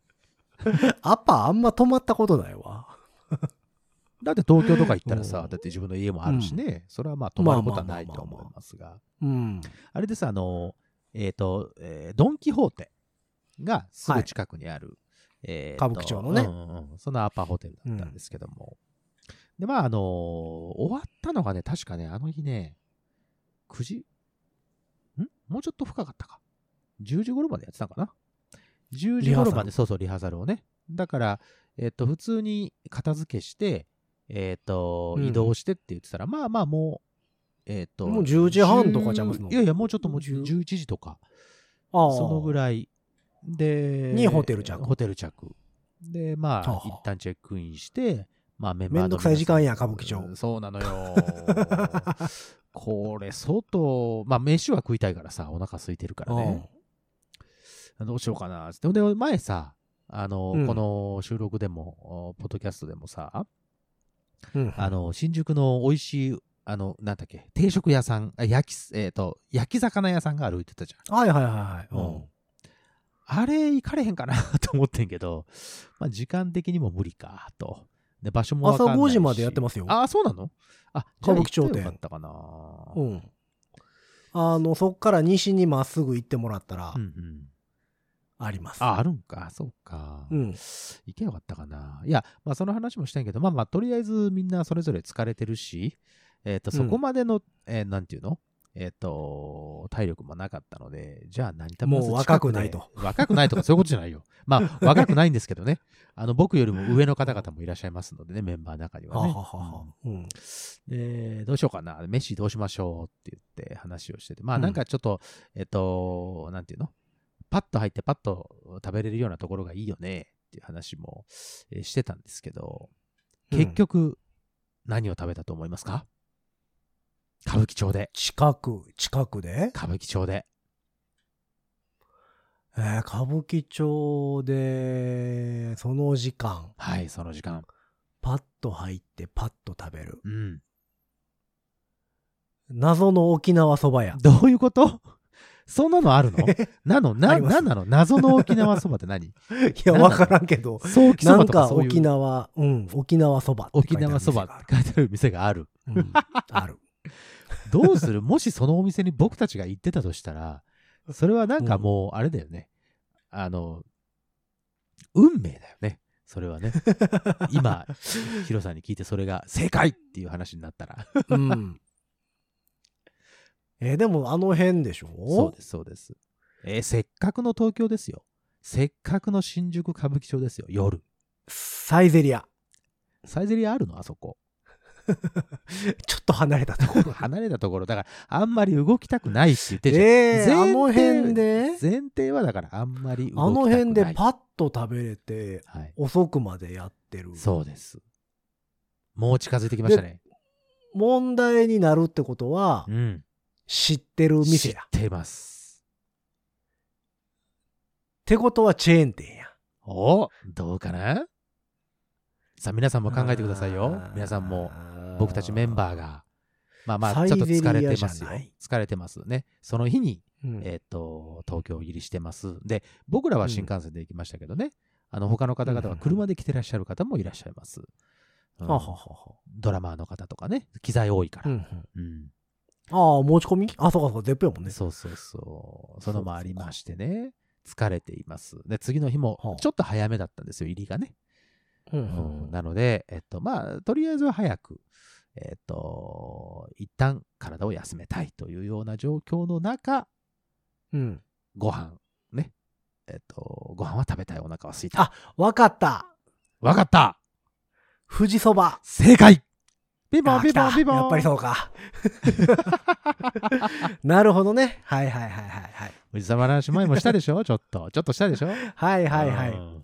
[SPEAKER 2] アパあんま止まったことないわ
[SPEAKER 3] だって東京とか行ったら
[SPEAKER 2] う
[SPEAKER 3] さ
[SPEAKER 2] ん、
[SPEAKER 3] だって自分の家もあるしね、それはまあ泊まることはないと思いますが。
[SPEAKER 2] うん
[SPEAKER 3] あれです、あの、えっ、と、えードン・キホーテがすぐ近くにある、えーと
[SPEAKER 2] 歌舞伎町のね
[SPEAKER 3] うんうんうんそのアパホテルだったんですけども。で、まあ、あのー終わったのがね、確かね、あの日ね、9時、んもうちょっと深かったか。10時頃までやってたのかな。10時頃まで、そうそう、リハーサルをね。だから、えっ、と、普通に片付けして、えっ、と、
[SPEAKER 2] うん
[SPEAKER 3] 移動してって言ってたら、まあまあ、もう、えっ、と、
[SPEAKER 2] もう10時半とかちゃいますの
[SPEAKER 3] いやいや、もうちょっともう
[SPEAKER 2] 10
[SPEAKER 3] 11時とか、
[SPEAKER 2] ああ
[SPEAKER 3] そのぐ
[SPEAKER 2] い
[SPEAKER 3] らいで、
[SPEAKER 2] にホテル着
[SPEAKER 3] ホテル着。で、ま
[SPEAKER 2] は
[SPEAKER 3] あ、
[SPEAKER 2] あ
[SPEAKER 3] 一旦チェックインして、まあ、メンバー
[SPEAKER 2] めんどくさい時間や歌舞伎町
[SPEAKER 3] うんそうなのよ。 これ、外、まあ、飯は食いたいからさ、お腹空いてるからね。どうしようかなっつって。で、前さ、あの、
[SPEAKER 2] うん
[SPEAKER 3] この収録でも、おポッドキャストでもさ、
[SPEAKER 2] うん
[SPEAKER 3] あの、新宿の美味しい、あの、なんだっけ、定食屋さん、あ焼きす、えっ、と、焼き魚屋さんが歩いてたじゃん。
[SPEAKER 2] はいはいはいはい、うん
[SPEAKER 3] あれ、行かれへんかな と思ってんけど、まあ、時間的にも無理か、と。で、場所もわか
[SPEAKER 2] 朝
[SPEAKER 3] んないし。
[SPEAKER 2] 5時までやってますよ
[SPEAKER 3] ああ、そうなのあ、
[SPEAKER 2] 歌舞伎町店
[SPEAKER 3] じゃあ行ったらよかったか
[SPEAKER 2] う
[SPEAKER 3] な。うん
[SPEAKER 2] んあのそっから西にまっすぐ行ってもらったら
[SPEAKER 3] うん。
[SPEAKER 2] あります、
[SPEAKER 3] あ、あるんか、そうか。
[SPEAKER 2] うん
[SPEAKER 3] 行けばよかったかな。いや、まあ、その話もしたいけど、まあまあ、とりあえずみんなそれぞれ疲れてるし、えっ、と、
[SPEAKER 2] うん
[SPEAKER 3] そこまでの、えーなんていうのえっ、と、体力もなかったので、じゃあ何食べます
[SPEAKER 2] もう
[SPEAKER 3] 近で
[SPEAKER 2] 若くないと
[SPEAKER 3] 若くないとかそういうことじゃないよ。ま あ、若くないんですけどね。あの、僕よりも上の方々もいらっしゃいますのでね、メンバーの中に
[SPEAKER 2] は
[SPEAKER 3] は
[SPEAKER 2] は
[SPEAKER 3] ね。
[SPEAKER 2] はは、うん、
[SPEAKER 3] で、どうしようかな、飯どうしましょうって言って話をしてて、まあ
[SPEAKER 2] うん
[SPEAKER 3] なんかちょっと、えっと、なんていうのパッと入ってパッと食べれるようなところがいいよねっていう話もえーしてたんですけど、結局、何を食べたと思いますか歌舞伎町で。
[SPEAKER 2] 近く近くで、
[SPEAKER 3] 歌舞伎町で。
[SPEAKER 2] えー歌舞伎町でその時間
[SPEAKER 3] はい、その時間。
[SPEAKER 2] パッと入ってパッと食べる
[SPEAKER 3] うん。
[SPEAKER 2] 謎の沖縄そ ば屋
[SPEAKER 3] どういうことそんなのあ るのなの
[SPEAKER 2] あ
[SPEAKER 3] な、
[SPEAKER 2] ります
[SPEAKER 3] なんなの謎の沖縄そばって何
[SPEAKER 2] いや
[SPEAKER 3] なんな
[SPEAKER 2] わ
[SPEAKER 3] の
[SPEAKER 2] からんけど
[SPEAKER 3] 早 期そ
[SPEAKER 2] な
[SPEAKER 3] ば
[SPEAKER 2] ん
[SPEAKER 3] とか
[SPEAKER 2] か
[SPEAKER 3] そういう
[SPEAKER 2] 沖縄、うん、沖縄そばって書
[SPEAKER 3] 沖
[SPEAKER 2] いてある
[SPEAKER 3] 縄そばって書いてある店がある。
[SPEAKER 2] 店がある。
[SPEAKER 3] どうする もしそのお店に僕たちが行ってたとしたら、それはなんかもう、あれだよね。あの、運命だよね。それ はね。今、ヒロさんに聞いてそれが正解っていう話になったら。
[SPEAKER 2] うんうん。えーでもあの辺でしょ
[SPEAKER 3] そうです、そうです。えーせっかくの東京ですよ。せっかくの新宿歌舞伎町ですよ、夜。
[SPEAKER 2] サイゼリア。
[SPEAKER 3] サイゼリアあるのあそこ。
[SPEAKER 2] ちょっと離れたところ。
[SPEAKER 3] 離れたところ。だから、あんまり動きたくないって言ってんじゃん
[SPEAKER 2] えー、あ
[SPEAKER 3] 前提
[SPEAKER 2] の辺で
[SPEAKER 3] 前提はだから、あんまり動きたくない。
[SPEAKER 2] あの辺でパッと食べれて、
[SPEAKER 3] はい。
[SPEAKER 2] 遅くまでやってる。
[SPEAKER 3] そうです。もう近づいてきましたね。
[SPEAKER 2] 問題になるってことは
[SPEAKER 3] う、ん。
[SPEAKER 2] 知ってる
[SPEAKER 3] 知
[SPEAKER 2] 店
[SPEAKER 3] っ
[SPEAKER 2] や。って
[SPEAKER 3] ます。
[SPEAKER 2] てことはチェーン店や。
[SPEAKER 3] おどうかなさあ、皆さんも考えてくださいよ
[SPEAKER 2] あー。
[SPEAKER 3] 皆さんも、僕たちメンバー。が。まあま
[SPEAKER 2] サ
[SPEAKER 3] あ、
[SPEAKER 2] イ
[SPEAKER 3] ち
[SPEAKER 2] ゼ
[SPEAKER 3] ょっ
[SPEAKER 2] リ
[SPEAKER 3] と
[SPEAKER 2] ヤ
[SPEAKER 3] 疲れてます
[SPEAKER 2] じゃ
[SPEAKER 3] よ
[SPEAKER 2] ない。
[SPEAKER 3] 疲れてますね。その日に、
[SPEAKER 2] うん
[SPEAKER 3] えっ、と、東京入りしてます。で、僕らは新幹線で行きましたけどね。あの、他の方々は車で来てらっしゃる方もいらっしゃいます。うん
[SPEAKER 2] はははは。
[SPEAKER 3] ドラマーの方とかね。機材多いか
[SPEAKER 2] う
[SPEAKER 3] ら。
[SPEAKER 2] んうん
[SPEAKER 3] うん
[SPEAKER 2] ああ、持ち込みあ、そうかそうか、絶品やもんね。
[SPEAKER 3] そうそうそう。そのもありましてね、疲れています。で、次の日
[SPEAKER 2] はあ
[SPEAKER 3] も、ちょっと早めだったんですよ、入りがね。
[SPEAKER 2] うんう
[SPEAKER 3] うん
[SPEAKER 2] うん
[SPEAKER 3] んなので、えっと、まあ、とりあえずは早く、えっと、一旦体を休めたいというような状況の中、
[SPEAKER 2] うん。
[SPEAKER 3] ご飯、ね。えっと、ご飯は食べたい、お腹は空いた。
[SPEAKER 2] あわかった
[SPEAKER 3] わかった
[SPEAKER 2] 富士そば
[SPEAKER 3] 正解ビボ
[SPEAKER 2] あ
[SPEAKER 3] ン
[SPEAKER 2] ー
[SPEAKER 3] ビ
[SPEAKER 2] 来
[SPEAKER 3] ボ
[SPEAKER 2] た
[SPEAKER 3] ンビボン
[SPEAKER 2] やっぱりそうか。 なるほどね。はいはいはいはいはい。
[SPEAKER 3] おじさまの話前もしたでしょちょっと。ちょっとしたでしょ
[SPEAKER 2] はいはいは
[SPEAKER 3] う
[SPEAKER 2] い。
[SPEAKER 3] ん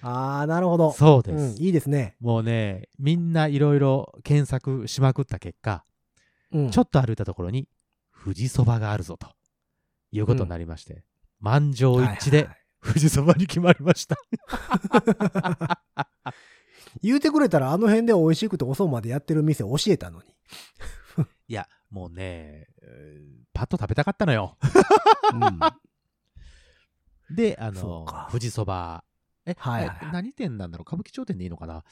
[SPEAKER 2] ああ、なるほど。
[SPEAKER 3] そうです。
[SPEAKER 2] うん、いいですね。
[SPEAKER 3] もうね、みんないろいろ検索しまくった結果、
[SPEAKER 2] うん、
[SPEAKER 3] ちょっと歩いたところに、富士そばがあるぞと、いうことになりまして、満場一致
[SPEAKER 2] はい
[SPEAKER 3] で
[SPEAKER 2] はいはい
[SPEAKER 3] 富士そばに決まりました。
[SPEAKER 2] 言うてくれたらあの辺で美味しくておそうまでやってる店教えたのに。
[SPEAKER 3] いや、もうね、えーパッと食べたかったのよ。
[SPEAKER 2] うん、
[SPEAKER 3] で、あ
[SPEAKER 2] そ
[SPEAKER 3] の
[SPEAKER 2] うか、
[SPEAKER 3] 富士そば、え、
[SPEAKER 2] はいはいはい
[SPEAKER 3] え何店なんだろう歌舞伎町店でいいのかな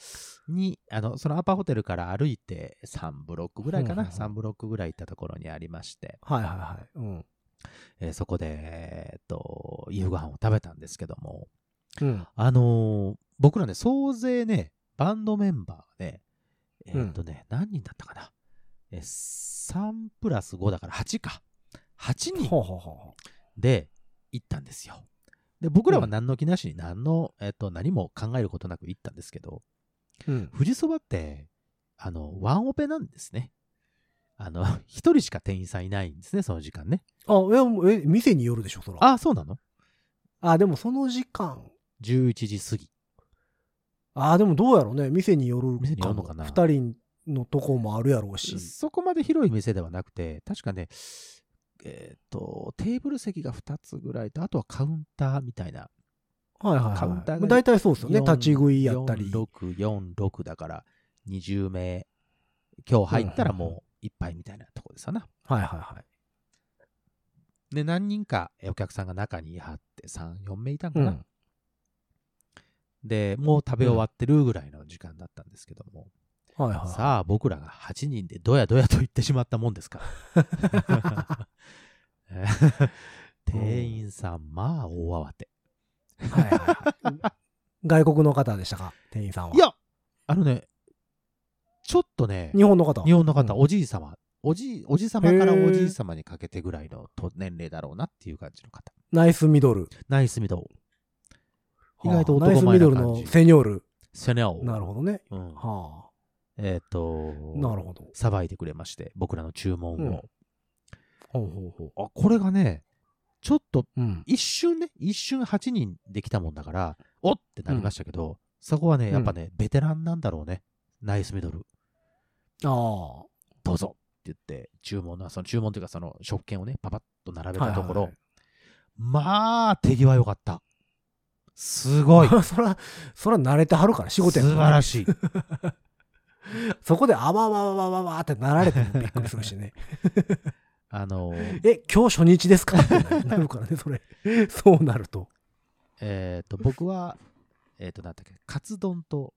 [SPEAKER 3] に、あの、そのアパホテルから歩いて3ブロックぐらい
[SPEAKER 2] う
[SPEAKER 3] かな、
[SPEAKER 2] んうんうん
[SPEAKER 3] 3ブロックぐらい行ったところにありまして、
[SPEAKER 2] はいはいはい。うん。
[SPEAKER 3] えーそこで、えーっと、夕ご飯を食べたんですけども、
[SPEAKER 2] うん。
[SPEAKER 3] あのー僕らね、総勢ね、バンドメンバーがね、えーっとね、何人だったかな、えー、?3 プラス5だから8か。8人
[SPEAKER 2] ほうほうほうほ
[SPEAKER 3] で行ったんですよ。で、僕らは
[SPEAKER 2] うん
[SPEAKER 3] 何の気なしに何の、えっと、何も考えることなく行ったんですけど、
[SPEAKER 2] う。うん。
[SPEAKER 3] 富士そばって、あの、ワンオペなんですね。あの、 一人しか店員さんいないんですね、その時間ね。
[SPEAKER 2] あ、えもう、え、店によるでしょ、そら。
[SPEAKER 3] あ、そうなの
[SPEAKER 2] あ、でもその時間。
[SPEAKER 3] ?11 時過ぎ。
[SPEAKER 2] あ、でもどうやろうね。店による
[SPEAKER 3] 店によるのかな
[SPEAKER 2] 二人のとこもあるやろうし。
[SPEAKER 3] そこまで広い店ではなくて、確かね、えっ、と、テーブル席が2つぐらいと、あとはカウンターみたいな。
[SPEAKER 2] はいはい、はい。
[SPEAKER 3] カウンターが
[SPEAKER 2] まあ大体そうですよね。
[SPEAKER 3] 4
[SPEAKER 2] 立ち食いやったり。
[SPEAKER 3] 4、6、4、6だから、20名、今日入ったらもういっぱいみたいなとこですよな。
[SPEAKER 2] はいはいはい。
[SPEAKER 3] で、何人かえお客さんが中にいはって、3、4名いたんか
[SPEAKER 2] う
[SPEAKER 3] な。
[SPEAKER 2] ん。
[SPEAKER 3] で、もう食べ終わってるぐらいの時間だったんですけども、
[SPEAKER 2] はいはい。
[SPEAKER 3] さあ、僕らが8人でどやどやと言ってしまったもんです から。店員さん、まあ、大慌て。
[SPEAKER 2] はいはいはい、 外国の方でしたか店員さんは。
[SPEAKER 3] いや、あのね、ちょっとね、
[SPEAKER 2] 日本の方
[SPEAKER 3] 日本の方、
[SPEAKER 2] うん
[SPEAKER 3] おじい様、おじい、おじ様から
[SPEAKER 2] へー
[SPEAKER 3] おじい様にかけてぐらいのと年齢だろうなっていう感じの方。
[SPEAKER 2] ナイスミドル。
[SPEAKER 3] ナイスミドル。意外と
[SPEAKER 2] はあナイ
[SPEAKER 3] 男
[SPEAKER 2] スミ
[SPEAKER 3] 前
[SPEAKER 2] ド
[SPEAKER 3] な
[SPEAKER 2] ル
[SPEAKER 3] 感
[SPEAKER 2] の
[SPEAKER 3] じ。
[SPEAKER 2] セニョール。
[SPEAKER 3] セネオ。
[SPEAKER 2] なるほどね。
[SPEAKER 3] うん
[SPEAKER 2] は
[SPEAKER 3] えっ、と
[SPEAKER 2] あ、、なるほど。
[SPEAKER 3] さばいてくれまして、僕らの注文を。
[SPEAKER 2] ほうほうほう。
[SPEAKER 3] あ、これがね、ちょっと
[SPEAKER 2] うん。
[SPEAKER 3] 一瞬ね、一瞬8人できたもんだから、おっってなりましたけど、そこはね、やっぱね、ベテランなんだろうね。ナイスミドル。
[SPEAKER 2] ああ。
[SPEAKER 3] どうぞって言って、注文の、その注文というか、その食券をね、パパッと並べたと
[SPEAKER 2] はいは
[SPEAKER 3] ころ、
[SPEAKER 2] いはい
[SPEAKER 3] まあ、手際良かった。すごい。
[SPEAKER 2] そら、そら慣れてはるから 仕
[SPEAKER 3] 素
[SPEAKER 2] 事や
[SPEAKER 3] 晴ら
[SPEAKER 2] しい。
[SPEAKER 3] しい。
[SPEAKER 2] そこであわわわわわわってなられてもびっくりするし ね。
[SPEAKER 3] あの、
[SPEAKER 2] え、今日初日ですかってなるからね、それ。そうなると。
[SPEAKER 3] えっと、僕は、えっ、と、なんだっけ、カツ丼と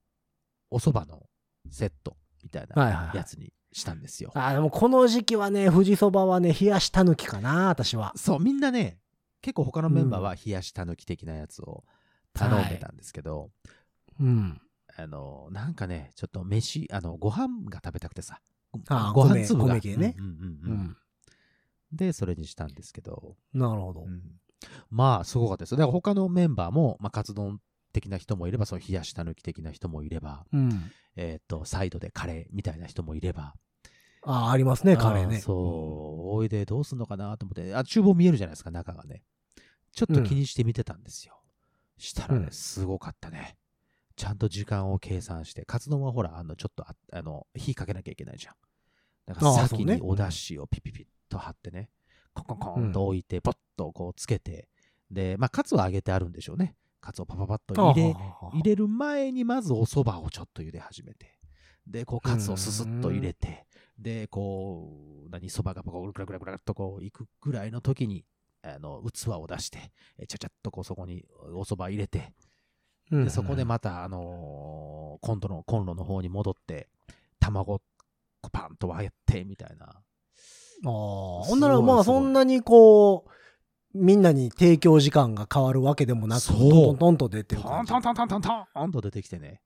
[SPEAKER 3] お蕎麦のセットみたい
[SPEAKER 2] はいはい
[SPEAKER 3] な
[SPEAKER 2] はい
[SPEAKER 3] やつにしたんですよ。
[SPEAKER 2] ああ、でもこの時期はね、富士そばはね、冷やしたぬきかな、私は。
[SPEAKER 3] そう、みんなね、結構他のメンバーは冷やしたぬき的なやつを頼んでたんですけど、
[SPEAKER 2] うん。
[SPEAKER 3] あの、なんかね、ちょっと飯、あの、ご飯が食べたくてさ。
[SPEAKER 2] あー
[SPEAKER 3] ご
[SPEAKER 2] 米
[SPEAKER 3] 飯粒が。
[SPEAKER 2] 米系ね
[SPEAKER 3] うんうん
[SPEAKER 2] う
[SPEAKER 3] うんうん
[SPEAKER 2] ん。
[SPEAKER 3] で、それにしたんですけど、
[SPEAKER 2] なるほど。
[SPEAKER 3] まあ、すごかったです。だから他のメンバーも、まあ、カツ丼的な人もいれば、その冷やしたぬき的な人もいれば、
[SPEAKER 2] うん。
[SPEAKER 3] えっ、と、サイドでカレーみたいな人もいれば。
[SPEAKER 2] ああ、ありますね、カレー
[SPEAKER 3] あ
[SPEAKER 2] ね。
[SPEAKER 3] そう、おいでどうすんのかなと思って、あ、厨房見えるじゃないですか、中がね。ちょっと気にして見てたんですよ。したらね
[SPEAKER 2] う、ん
[SPEAKER 3] すごかったね。ちゃんと時間を計算して、カツ丼はほら、あの、ちょっとあ、あの、火かけなきゃいけないじゃん。だから
[SPEAKER 2] ああ
[SPEAKER 3] 先
[SPEAKER 2] そう
[SPEAKER 3] に
[SPEAKER 2] ね
[SPEAKER 3] お出汁をピピピッと貼ってね、コンコンコンと置いて、ポッとこうつけて、で、まあ、カツは揚げてあるんでしょうね。カツをパパパッと入れ、入れる前にまずお蕎麦をちょっと茹で始めてでこうカツをススッと入れてでこう何蕎麦がこうグラグラグラグラっとこういくぐらいの時にあの器を出してえちゃちゃっとこうそこにお蕎麦入れて
[SPEAKER 2] うん
[SPEAKER 3] でそこでまたあのーコントのコンロの方に戻って卵こうパンと割ってみたいな
[SPEAKER 2] ああ、
[SPEAKER 3] す
[SPEAKER 2] ほ
[SPEAKER 3] ごい
[SPEAKER 2] んなら、まあ、
[SPEAKER 3] すごい
[SPEAKER 2] そんなにこう、みんなに提供時間が変わるわけでもなく、
[SPEAKER 3] そ
[SPEAKER 2] ト
[SPEAKER 3] う
[SPEAKER 2] ントントンと出て
[SPEAKER 3] ト
[SPEAKER 2] る感
[SPEAKER 3] ン
[SPEAKER 2] じ。
[SPEAKER 3] トントントントントンと出てきてね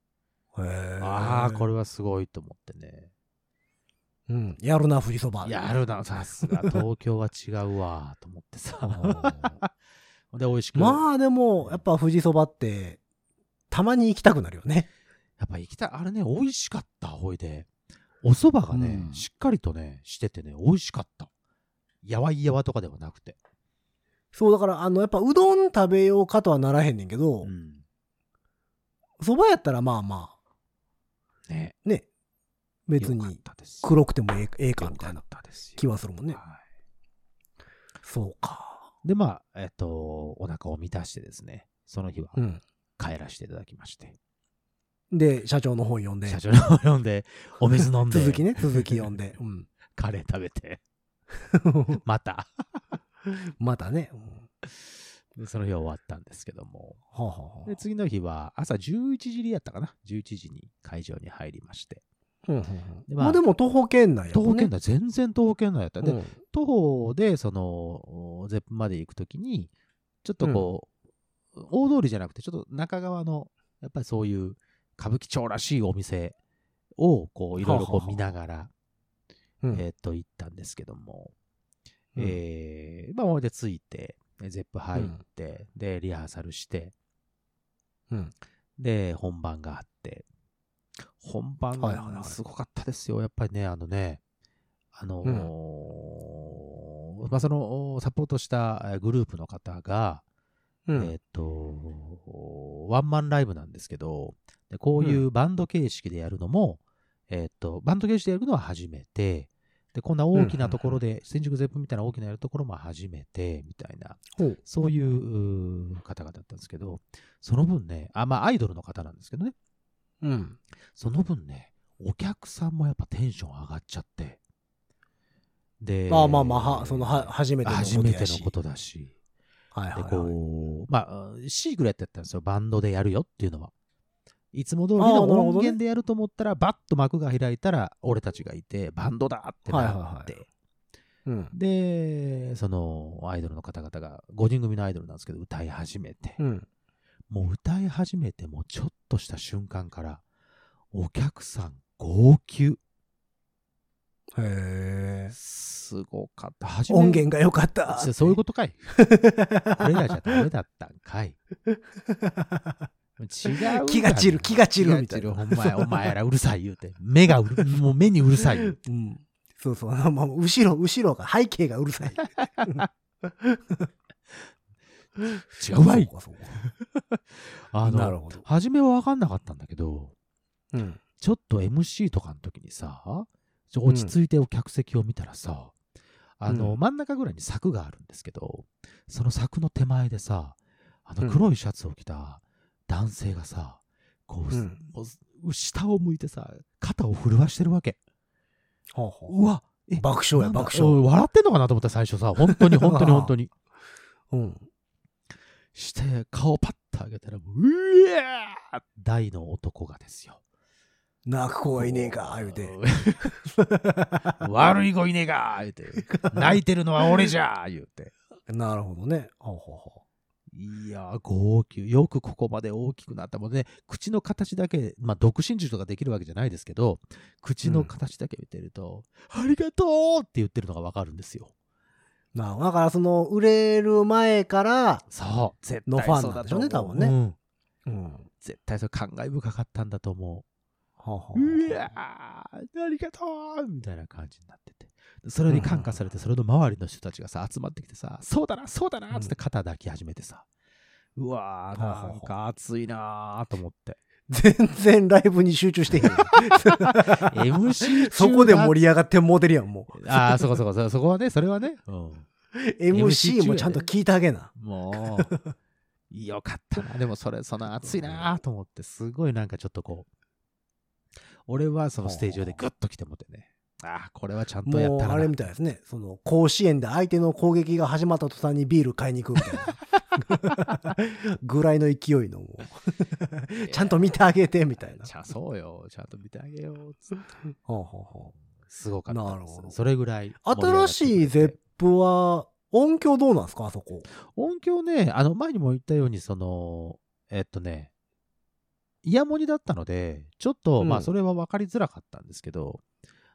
[SPEAKER 2] へえ
[SPEAKER 3] ああこれはすごいと思ってね
[SPEAKER 2] うん。やるな、富士そば。
[SPEAKER 3] やるな、さすが。東京は違うわ、と思って さ。で、美味しく。あ、
[SPEAKER 2] まあ、でも、やっぱ富士そばって、たまに行きたくなるよね。
[SPEAKER 3] やっぱ行きたい。あれね、美味しかった、ほいで。お蕎麦がね、
[SPEAKER 4] うん
[SPEAKER 3] しっかりとね、しててね、美味しかった。やわいやわとかではなくて。
[SPEAKER 2] そう、だから、あの、やっぱ、うどん食べようかとはならへんねんけど
[SPEAKER 3] う、ん。
[SPEAKER 2] そばやったら、まあま
[SPEAKER 3] ね。
[SPEAKER 2] あ、ね、別
[SPEAKER 3] よかっ
[SPEAKER 2] に
[SPEAKER 3] たです。
[SPEAKER 2] 黒くてもええええかみたい
[SPEAKER 3] よ
[SPEAKER 2] な
[SPEAKER 3] かったですよ
[SPEAKER 2] 気はするもんね。
[SPEAKER 3] は
[SPEAKER 2] そうか。
[SPEAKER 3] いで、まあ、えっと、お腹を満たしてですね、その日は
[SPEAKER 2] うん。
[SPEAKER 3] 帰らせていただきまして、
[SPEAKER 2] で、社長の本読んで、
[SPEAKER 3] 社長の本読んで、お水飲んで、
[SPEAKER 2] 続きね、続き読ん で、うん。
[SPEAKER 3] カレー食べ て、また。
[SPEAKER 2] またね。うん
[SPEAKER 3] でその日は終わったんですけども。
[SPEAKER 2] はあはあはあ
[SPEAKER 3] で、次の日は朝11時やったかな ?11 時に会場に入りまして。
[SPEAKER 2] うんうんう
[SPEAKER 3] で
[SPEAKER 2] ん
[SPEAKER 3] まあ
[SPEAKER 2] まあでも徒歩圏内や
[SPEAKER 3] 徒
[SPEAKER 2] も
[SPEAKER 3] 歩
[SPEAKER 2] んね
[SPEAKER 3] 圏内、全然徒歩圏内やった。で、
[SPEAKER 2] うん
[SPEAKER 3] 徒歩で、その、ゼップまで行くときに、ちょっとこう、大通りじゃなくて、ちょっと中側の、やっぱりそういう歌舞伎町らしいお店を、こう、いろいろ
[SPEAKER 2] はあはあ
[SPEAKER 3] こ
[SPEAKER 2] はあ
[SPEAKER 3] う見ながら、
[SPEAKER 2] うん
[SPEAKER 3] えーっと、行ったんですけども、
[SPEAKER 2] うん
[SPEAKER 3] えー、まあ、おいで着いて、ゼップ入って、で、リハーサルして、
[SPEAKER 2] うん
[SPEAKER 3] で、本番があって、本番
[SPEAKER 2] はいはいは
[SPEAKER 3] が
[SPEAKER 2] い
[SPEAKER 3] すごかったですよ。やっぱりね、あのね、あのーまあ、その、サポートしたえーグループの方が、
[SPEAKER 2] うん
[SPEAKER 3] えーっと、ワンマンライブなんですけど、でこういううバンド形式でやるのも、えーっと、バンド形式でやるのは初めて、で、こんな大きなところで、新宿ゼップみたいな大きなやるところも初めて、みたいな、
[SPEAKER 2] ほう
[SPEAKER 3] そういううー方々だったんですけど、その分ね、あ、まあアイドルの方なんですけどね、
[SPEAKER 2] うん
[SPEAKER 3] その分ね、お客さんもやっぱテンション上がっちゃって、で、
[SPEAKER 2] まあまあまあはそのは初めてのことやし
[SPEAKER 3] 初めてのことだし、
[SPEAKER 2] はいはい
[SPEAKER 3] で、
[SPEAKER 2] はい
[SPEAKER 3] こう、まあ、シークレットやったんですよ、バンドでやるよっていうのは。いつも通り
[SPEAKER 2] あーなる
[SPEAKER 3] の
[SPEAKER 2] ほどね
[SPEAKER 3] 音源でやると思ったら、バッと幕が開いたら、俺たちがいて、バンドだって
[SPEAKER 2] はいはい
[SPEAKER 3] な
[SPEAKER 2] は
[SPEAKER 3] っ
[SPEAKER 2] い
[SPEAKER 3] て、
[SPEAKER 2] うん
[SPEAKER 3] で、そのアイドルの方々が、5人組のアイドルなんですけど、歌い始めて、
[SPEAKER 2] うん
[SPEAKER 3] もう歌い始めてもうちょっとした瞬間から、お客さん号泣。
[SPEAKER 2] へえ
[SPEAKER 3] すごかった。初め
[SPEAKER 2] 音源が良かった
[SPEAKER 3] そうそういう
[SPEAKER 2] と
[SPEAKER 3] ことかい。俺らじゃダメだったんかい。違うがな。
[SPEAKER 2] 気が散る気が散るみたい
[SPEAKER 3] 気
[SPEAKER 2] な
[SPEAKER 3] が散るお前、お前らうるさい言うて。目がうる、もう目にうるさい言うて。
[SPEAKER 2] うんそうそうあのまあ後ろ後ろが背景がうるさ い
[SPEAKER 3] 違うわい
[SPEAKER 2] そうかそうか
[SPEAKER 3] あ
[SPEAKER 2] なる
[SPEAKER 3] の、
[SPEAKER 2] ほど
[SPEAKER 3] 初めは分かんなかったんだけど、
[SPEAKER 2] うん
[SPEAKER 3] ちょっと MC とかの時にさ、ちょ落ち着いてお客席を見たらさ、あの、
[SPEAKER 2] うん
[SPEAKER 3] 真ん中ぐらいに柵があるんですけど、その柵の手前でさ、あ
[SPEAKER 2] う
[SPEAKER 3] の
[SPEAKER 2] ん
[SPEAKER 3] 黒いシャツを着た男性がさ、こう、
[SPEAKER 2] うん
[SPEAKER 3] もう下を向いてさ、肩を震わしてるわけ。
[SPEAKER 2] ほうほう
[SPEAKER 3] うわ、え、
[SPEAKER 2] 爆笑や
[SPEAKER 3] なんだ
[SPEAKER 2] 爆笑
[SPEAKER 3] おい笑ってんのかなと思った最初さ、本当に本当に 本当に。
[SPEAKER 2] うん
[SPEAKER 3] して、顔パッと上げたら、うえー大の男がですよ。
[SPEAKER 2] 泣く子はいねえか言うて
[SPEAKER 3] 悪い子いねえか言うて。泣いてるのは俺じゃ言うて。
[SPEAKER 2] なるほどねほうほうほ
[SPEAKER 3] いやー、号泣。よくここまで大きくなったもんね。口の形だけ、まあ、独身術とかできるわけじゃないですけど、口の形だけ見てると、ありがとうって言ってるのがわかるんですよ。
[SPEAKER 2] うなあだからその売れる前から
[SPEAKER 3] そう。絶
[SPEAKER 2] の
[SPEAKER 3] 対
[SPEAKER 2] ファン
[SPEAKER 3] そう
[SPEAKER 2] なん
[SPEAKER 3] だ
[SPEAKER 2] でしょ
[SPEAKER 3] と
[SPEAKER 2] う
[SPEAKER 3] 思
[SPEAKER 2] ね多
[SPEAKER 3] う。
[SPEAKER 2] 分ね
[SPEAKER 3] うん
[SPEAKER 2] うん
[SPEAKER 3] 絶対それ感慨深かったんだと思
[SPEAKER 2] はあはあ
[SPEAKER 3] う。うわーありがとうみたいな感じになってて。それに感化されて、それの周りの人たちがさ、集まってきてさ、そうだな、そうだなっつって肩抱き始めてさ、うわー、
[SPEAKER 2] はあはあ
[SPEAKER 3] なんか熱いなーと思 って。
[SPEAKER 2] 全然ライブに集中してへんや ん。
[SPEAKER 3] MC 中
[SPEAKER 2] そこで盛り上がってもうてるやん、もう。
[SPEAKER 3] りああ、そこそこそこ、そこはね、それはね、うん、
[SPEAKER 2] MC もちゃんと聞いてあげな。
[SPEAKER 3] もう、よかったな。でもそれ、その熱いなーと思って、すごいなんかちょっとこう、俺はそのステージ上でグッと来てもってね、ああ、これはちゃんとや
[SPEAKER 2] も
[SPEAKER 3] っ
[SPEAKER 2] う、
[SPEAKER 3] た
[SPEAKER 2] あ
[SPEAKER 3] な
[SPEAKER 2] れみたいですね。その、甲子園で相手の攻撃が始まった途端にビール買いに行くみ たいな。ぐらいの勢いの、もうちゃんと見てあげて、みたいな。
[SPEAKER 3] ちゃそうよ、ちゃんと見てあげよう。つって
[SPEAKER 2] ほうほうほ
[SPEAKER 3] すごかったです。
[SPEAKER 2] なるほど
[SPEAKER 3] それぐらいう
[SPEAKER 2] 新しい
[SPEAKER 3] 盛り上がってくれて
[SPEAKER 2] ZEP は、音響どうなんすか、あそこ。
[SPEAKER 3] 音響ね、あの、前にも言ったように、その、えっとね、イヤモニだったので、ちょっと、
[SPEAKER 2] うん
[SPEAKER 3] まあ、それは分かりづらかったんですけど、
[SPEAKER 2] うん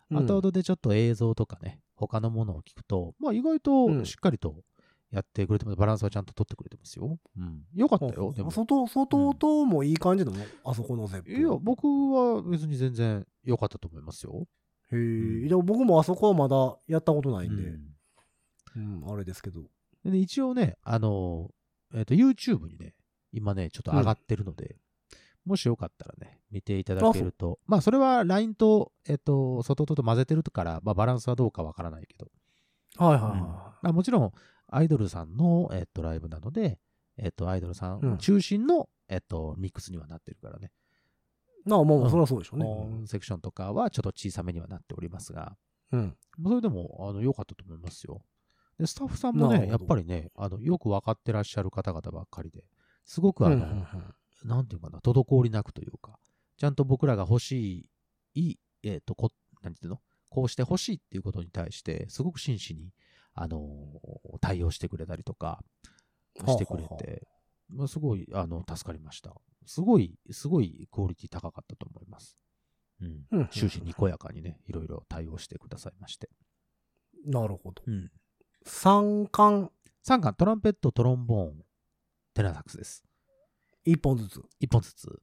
[SPEAKER 3] 後々でちょっと映像とかね、他のものを聞くと、まあ、意外
[SPEAKER 2] うん
[SPEAKER 3] としっかりとやってくれてます。バランスはちゃんと取ってくれてますよ。うん。よかったよ、でも。
[SPEAKER 2] 外、外ともいい感じなの、あそこの
[SPEAKER 3] いや、
[SPEAKER 2] ZEP。
[SPEAKER 3] 僕は別に全然良かったと思いますよ。
[SPEAKER 2] へ
[SPEAKER 3] ん
[SPEAKER 2] え。でも僕もあそこはまだやったことないんで、
[SPEAKER 3] う
[SPEAKER 2] うんん、あれですけど。
[SPEAKER 3] で一応ね、あの、えっ、と、YouTube にね、今ね、ちょっと上がってるので、もしよかったらね、見ていただけると、まあ、それは LINE と、えっ、と、外とと混ぜてるから、まあ、バランスはどうかわからないけど、
[SPEAKER 2] はいはい
[SPEAKER 3] うん
[SPEAKER 2] は
[SPEAKER 3] まあ、もちろん、アイドルさんの、えっ、と、ライブなので、えっ、と、アイドルさ
[SPEAKER 2] うんん
[SPEAKER 3] 中心の、えっ、と、ミックスにはなってるからね、
[SPEAKER 2] い。なあ、まあま
[SPEAKER 3] うん
[SPEAKER 2] あ、そりゃそうでしょうね。
[SPEAKER 3] オンセクションとかはちょっと小さめにはなっておりますが、
[SPEAKER 2] うん。
[SPEAKER 3] それでも、あの、良かったと思いますよ。で、スタッフさんも
[SPEAKER 2] な
[SPEAKER 3] ね、
[SPEAKER 2] る
[SPEAKER 3] や
[SPEAKER 2] ほど
[SPEAKER 3] っぱりね、あの、よく分かってらっしゃる方々ばっかりで、すごくあ
[SPEAKER 2] うん
[SPEAKER 3] の、
[SPEAKER 2] うんうん
[SPEAKER 3] なんていうかな、滞りなくというか、ちゃんと僕らが欲しい、いいえっ、と、こ、なんていうのこうして欲しいっていうことに対して、すごく真摯に、あのー対応してくれたりとか、してくれ
[SPEAKER 2] はあはあ
[SPEAKER 3] て、まあ、すごい、あの、助かりました。すごい、すごいクオリティ高かったと思います。うん。
[SPEAKER 2] うん
[SPEAKER 3] 終始にこやかにね、いろいろ対応してくださいまして。
[SPEAKER 2] なるほど。
[SPEAKER 3] うん。
[SPEAKER 2] 三冠
[SPEAKER 3] 3巻、トランペット、トロンボーン、テナサックスです。
[SPEAKER 2] 一本ずつ。
[SPEAKER 3] 1本ずつ。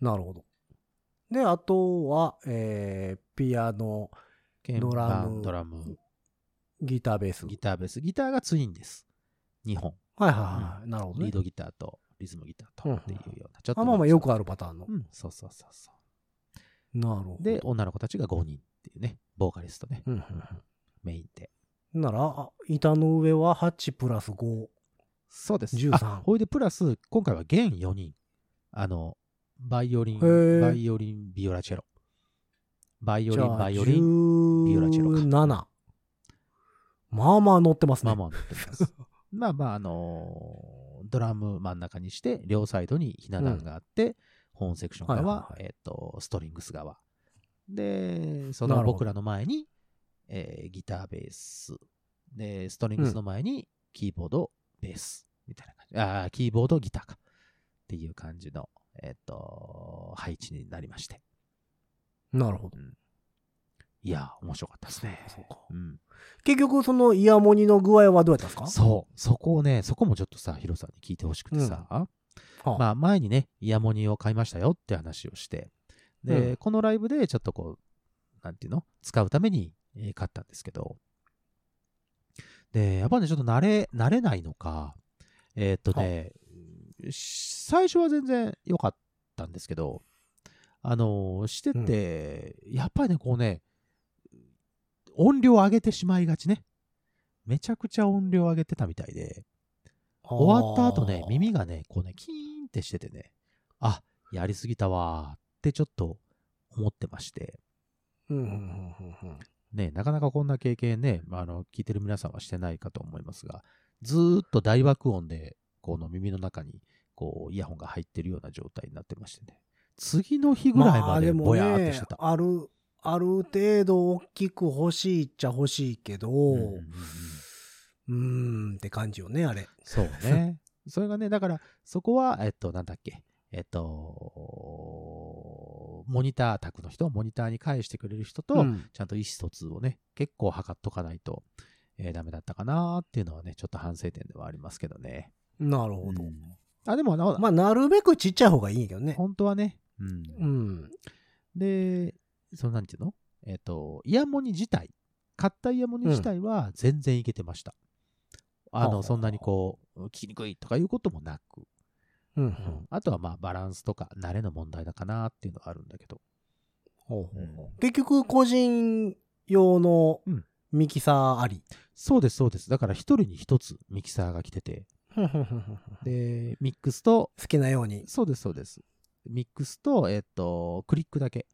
[SPEAKER 2] なるほど。で、あとは、えー、ピアノ、
[SPEAKER 3] 鍵
[SPEAKER 2] ドラム
[SPEAKER 3] 盤ドラム、
[SPEAKER 2] ギター、ベース。はい
[SPEAKER 3] ギターベース。ギターがツインです。2本。
[SPEAKER 2] はいはい。なるほど
[SPEAKER 3] リ
[SPEAKER 2] ね
[SPEAKER 3] ー。ドギターとリズムギター
[SPEAKER 2] うん
[SPEAKER 3] と
[SPEAKER 2] うん
[SPEAKER 3] っていうような。ちょっ
[SPEAKER 2] あまあまあ、よくあ
[SPEAKER 3] る。
[SPEAKER 2] るパターンの。
[SPEAKER 3] うん、そうそうそうそ
[SPEAKER 2] なるほ
[SPEAKER 3] う。
[SPEAKER 2] ど。
[SPEAKER 3] で、女の子たちが5人っていうね、ボーカリストね、
[SPEAKER 2] うんうん
[SPEAKER 3] メインで。
[SPEAKER 2] うん、なら、あ板の上は8プラス5。
[SPEAKER 3] そうです。
[SPEAKER 2] 13
[SPEAKER 3] あほいで、プラス、今回は現4人。あの、バイオリン、
[SPEAKER 2] へー
[SPEAKER 3] バイオリン、ビオラチェロ。バイオ
[SPEAKER 2] じ
[SPEAKER 3] リ
[SPEAKER 2] ゃ
[SPEAKER 3] ン、
[SPEAKER 2] あ、
[SPEAKER 3] バイオリン、ビオラチェロか
[SPEAKER 2] 17。まあまあ乗ってますね。
[SPEAKER 3] まあまあ乗って ます。まあまあ、あのードラム真ん中にして、両サイドにひな壇があって、ホーンセクション側、
[SPEAKER 2] はいはい
[SPEAKER 3] えっ、と、ストリングス側。で、そ
[SPEAKER 2] な
[SPEAKER 3] の
[SPEAKER 2] るほど
[SPEAKER 3] 僕らの前に、えーギター、ベース。で、ストリングスの前に、キーボード、ベース。みたいな感じ。ああ、キーボード、ギターか。っていう感じの、えっ、と、配置になりまして。
[SPEAKER 2] なるほど。
[SPEAKER 3] いやー、面白かったですね。
[SPEAKER 2] そうか
[SPEAKER 3] うん。
[SPEAKER 2] 結局、そのイヤモニの具合はどうやったんですか
[SPEAKER 3] そう、そこをね、そこもちょっとさ、ヒロさんに聞いてほしくてさ、
[SPEAKER 2] はあ
[SPEAKER 3] まあ前にね、イヤモニを買いましたよって話をして、で、
[SPEAKER 2] うん
[SPEAKER 3] このライブでちょっとこう、なんていうの使うためにえー買ったんですけど、で、やっぱね、ちょっと慣れ、慣れないのか、えーっとね、し最初は全然良かったんですけど、あのーしてて、やっぱりね、こうね、音量上げてしまいがちね。めちゃくちゃ音量上げてたみたいで、終わった後ね、
[SPEAKER 2] あー
[SPEAKER 3] 耳がね、こうね、キーンってしててね、あ、やりすぎたわーってちょっと思ってまして、
[SPEAKER 2] うんうんうんうんうん
[SPEAKER 3] ね、なかなかこんな経験ね、まあ、あの、聞いてる皆さんはしてないかと思いますが、ずーっと大爆音で、この耳の中に、こう、イヤホンが入ってるような状態になってましてね、次の日ぐらいまでぼやーってしてた。
[SPEAKER 2] まあでもね、ある、ある程度大きく欲しいっちゃ欲しいけど、
[SPEAKER 3] うんうんう
[SPEAKER 2] うんーんって感じよね、あれ。
[SPEAKER 3] そうね。 それがね、だから、そこは、えっと、なんだっけ、えっと、モニター宅の人、モニターに返してくれる人と、
[SPEAKER 2] うん
[SPEAKER 3] ちゃんと意思疎通をね、結構測っとかないと、えーダメだったかなーっていうのはね、ちょっと反省点ではありますけどね。
[SPEAKER 2] なるほど。
[SPEAKER 3] うんあ、でも、な
[SPEAKER 2] まあ、なるべくちっちゃい方がいいんやけどね。
[SPEAKER 3] 本当はね、うん
[SPEAKER 2] うん。
[SPEAKER 3] で、そのなんていうのえっ、と、イヤモニ自体、買ったイヤモニ自体は全然いけてました。あ
[SPEAKER 2] はあは
[SPEAKER 3] の、
[SPEAKER 2] あ
[SPEAKER 3] そんなにこう、聞きにくいとかいうこともなく、
[SPEAKER 2] うんう
[SPEAKER 3] うん
[SPEAKER 2] ん。
[SPEAKER 3] あとはまあバランスとか慣れの問題だかなっていうのはあるんだけど。
[SPEAKER 2] ほうほう結局、個人用の
[SPEAKER 3] うん
[SPEAKER 2] ミキサーあり。
[SPEAKER 3] そうです、そうです。だから一人に一つミキサーが来てて、
[SPEAKER 2] 好
[SPEAKER 3] で、ミックスと、
[SPEAKER 2] きなように。
[SPEAKER 3] そうです、そうです。ミックスと、えっ、と、クリックだけ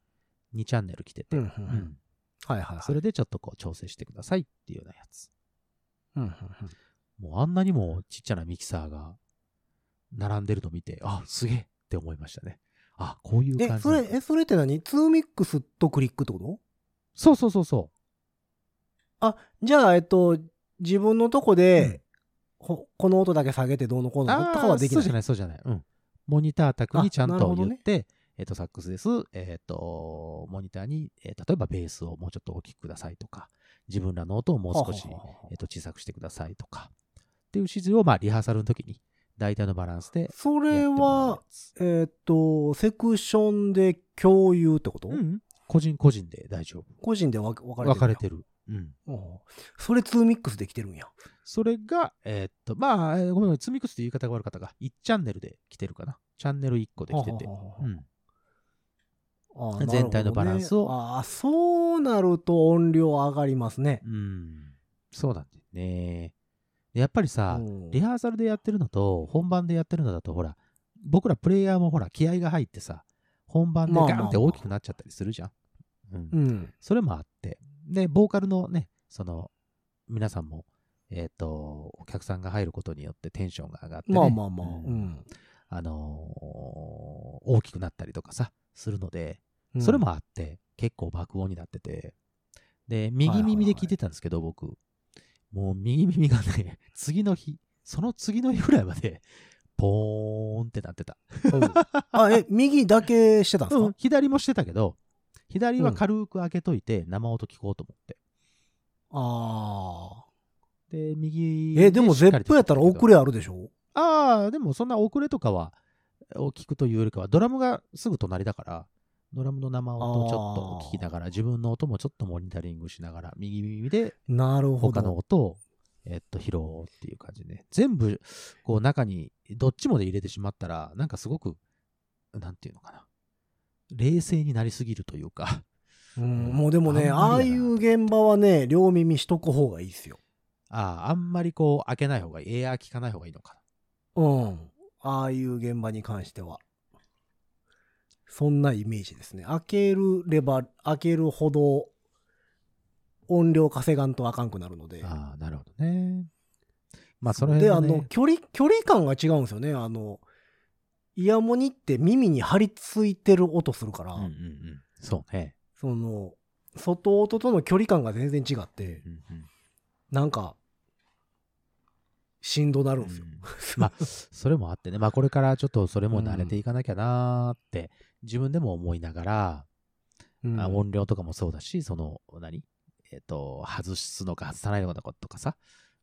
[SPEAKER 3] 2チャンネル来てて、
[SPEAKER 2] うんうん
[SPEAKER 3] うん
[SPEAKER 2] はいはいはい。
[SPEAKER 3] それでちょっとこう調整してくださいっていうようなやつ。
[SPEAKER 2] うんうんうん
[SPEAKER 3] もうあんなにもちっちゃなミキサーが並んでるの見て、あ、すげえって思いましたね。あ、こういう
[SPEAKER 2] え、
[SPEAKER 3] 感じ
[SPEAKER 2] そ
[SPEAKER 3] な
[SPEAKER 2] れ
[SPEAKER 3] ん、だ
[SPEAKER 2] え、それって何ツーミックスとクリックってこと
[SPEAKER 3] そうそうそうそう。
[SPEAKER 2] あ、じゃあ、えっと、自分のとこで、ほこの音だけ下げてどうのこう
[SPEAKER 3] あ
[SPEAKER 2] のとかはできな
[SPEAKER 3] そうじゃ
[SPEAKER 2] い。
[SPEAKER 3] ない、そうじゃない。うん。モニター宅にちゃん
[SPEAKER 2] あなる
[SPEAKER 3] と
[SPEAKER 2] ほど
[SPEAKER 3] 言っ
[SPEAKER 2] ね
[SPEAKER 3] て、えっ、と、サックスです。えっ、と、モニターに、えー例えばベースをもうちょっと大きくくださいとか、自分らの音をもう少し、
[SPEAKER 2] はははは
[SPEAKER 3] えっ、と、小さくしてくださいとか、っていう指示を、まあ、リハーサルの時に、大体のバランスで
[SPEAKER 2] そ
[SPEAKER 3] やって
[SPEAKER 2] れ
[SPEAKER 3] もらうや
[SPEAKER 2] は、
[SPEAKER 3] つ。
[SPEAKER 2] えっと、セクションで共有ってこと
[SPEAKER 3] うん。個人個人で大丈夫。
[SPEAKER 2] 個人で分分かれてるんや
[SPEAKER 3] 分かれてる。うん。
[SPEAKER 2] うんそれ2ミックスできてるんや。
[SPEAKER 3] それが、えーっと、まあ、えーごめんごめん、積み靴って言い方が悪かったが、1チャンネルで来てるかな。チャンネル1個で来てて。
[SPEAKER 2] はははは
[SPEAKER 3] うん。
[SPEAKER 2] あーなるほどね
[SPEAKER 3] 全体のバランスを
[SPEAKER 2] ああ、そうなると音量上がりますね。
[SPEAKER 3] うん。そうなんだよね。でやっぱりさ、
[SPEAKER 2] うん
[SPEAKER 3] リハーサルでやってるのと、本番でやってるのだと、ほら、僕らプレイヤーもほら、気合が入ってさ、本番で
[SPEAKER 2] まあまあ
[SPEAKER 3] ガンって大きくなっちゃったりするじゃん。うん
[SPEAKER 2] うん。
[SPEAKER 3] それもあって。で、ボーカルのね、その、皆さんも、えっ、と、お客さんが入ることによってテンションが上がって、ね。
[SPEAKER 2] まあまあまあ。
[SPEAKER 3] う
[SPEAKER 2] うんん。
[SPEAKER 3] あのー大きくなったりとかさ、するので、
[SPEAKER 2] うん
[SPEAKER 3] それ。もあって、結構爆音になってて、で、
[SPEAKER 2] はい
[SPEAKER 3] 右
[SPEAKER 2] はい
[SPEAKER 3] 耳で聞いてたんですけど、僕、もう右耳がね、 次の日、その次の日ぐらいまで、ポーンってなってた。
[SPEAKER 2] うんあ、え、右だけしてたんですか、
[SPEAKER 3] うん 左もしてたけど、左は軽く開けといて、生音聞こうと思って。
[SPEAKER 2] ああ。
[SPEAKER 3] で、右
[SPEAKER 2] え、でも
[SPEAKER 3] しっかり
[SPEAKER 2] ZEP やったら遅れあるでしょ
[SPEAKER 3] ああ、でもそんな遅れとかは、を聞くというよりかは、ドラムがすぐ隣だから、ドラムの生音をちょっと聞きながら、自分の音もちょっとモニタリングしながら、右耳で
[SPEAKER 2] なるほ
[SPEAKER 3] 他の
[SPEAKER 2] ど。
[SPEAKER 3] 音を、えっと、拾おうっていう感じね。全部、こう中に、どっちもで入れてしまったら、なんかすごく、なんていうのかな。冷静になりすぎるというか。
[SPEAKER 2] うん、もうでもね、あ
[SPEAKER 3] あんま
[SPEAKER 2] あ
[SPEAKER 3] り
[SPEAKER 2] い
[SPEAKER 3] やな
[SPEAKER 2] う現場はね、両耳しとく方がいいですよ。
[SPEAKER 3] ああ、あんまりこう、開けない方がいい。エアー聞かない方がいいのかな。
[SPEAKER 2] うん。ああいう現場に関しては。そんなイメージですね。開けるれば、開けるほど音量稼がんとあかんくなるので。
[SPEAKER 3] ああ、なるほどね。まあ、その
[SPEAKER 2] で、
[SPEAKER 3] 辺
[SPEAKER 2] あ
[SPEAKER 3] はね、
[SPEAKER 2] の、距離、距離感が違うんですよね。あの、イヤモニって耳に張り付いてる音するから、
[SPEAKER 3] うんうんうん。そうね。
[SPEAKER 2] その、外音との距離感が全然違って、
[SPEAKER 3] うんうん
[SPEAKER 2] なんか、しんどなるんですよ。
[SPEAKER 3] まあ、 それもあってね、まあ、これからちょっとそれも慣れていかなきゃなーって、自分でも思いながら、
[SPEAKER 2] うん
[SPEAKER 3] あ音量とかもそうだし、その、何えっ、と、外すのか外さないのかとかさ、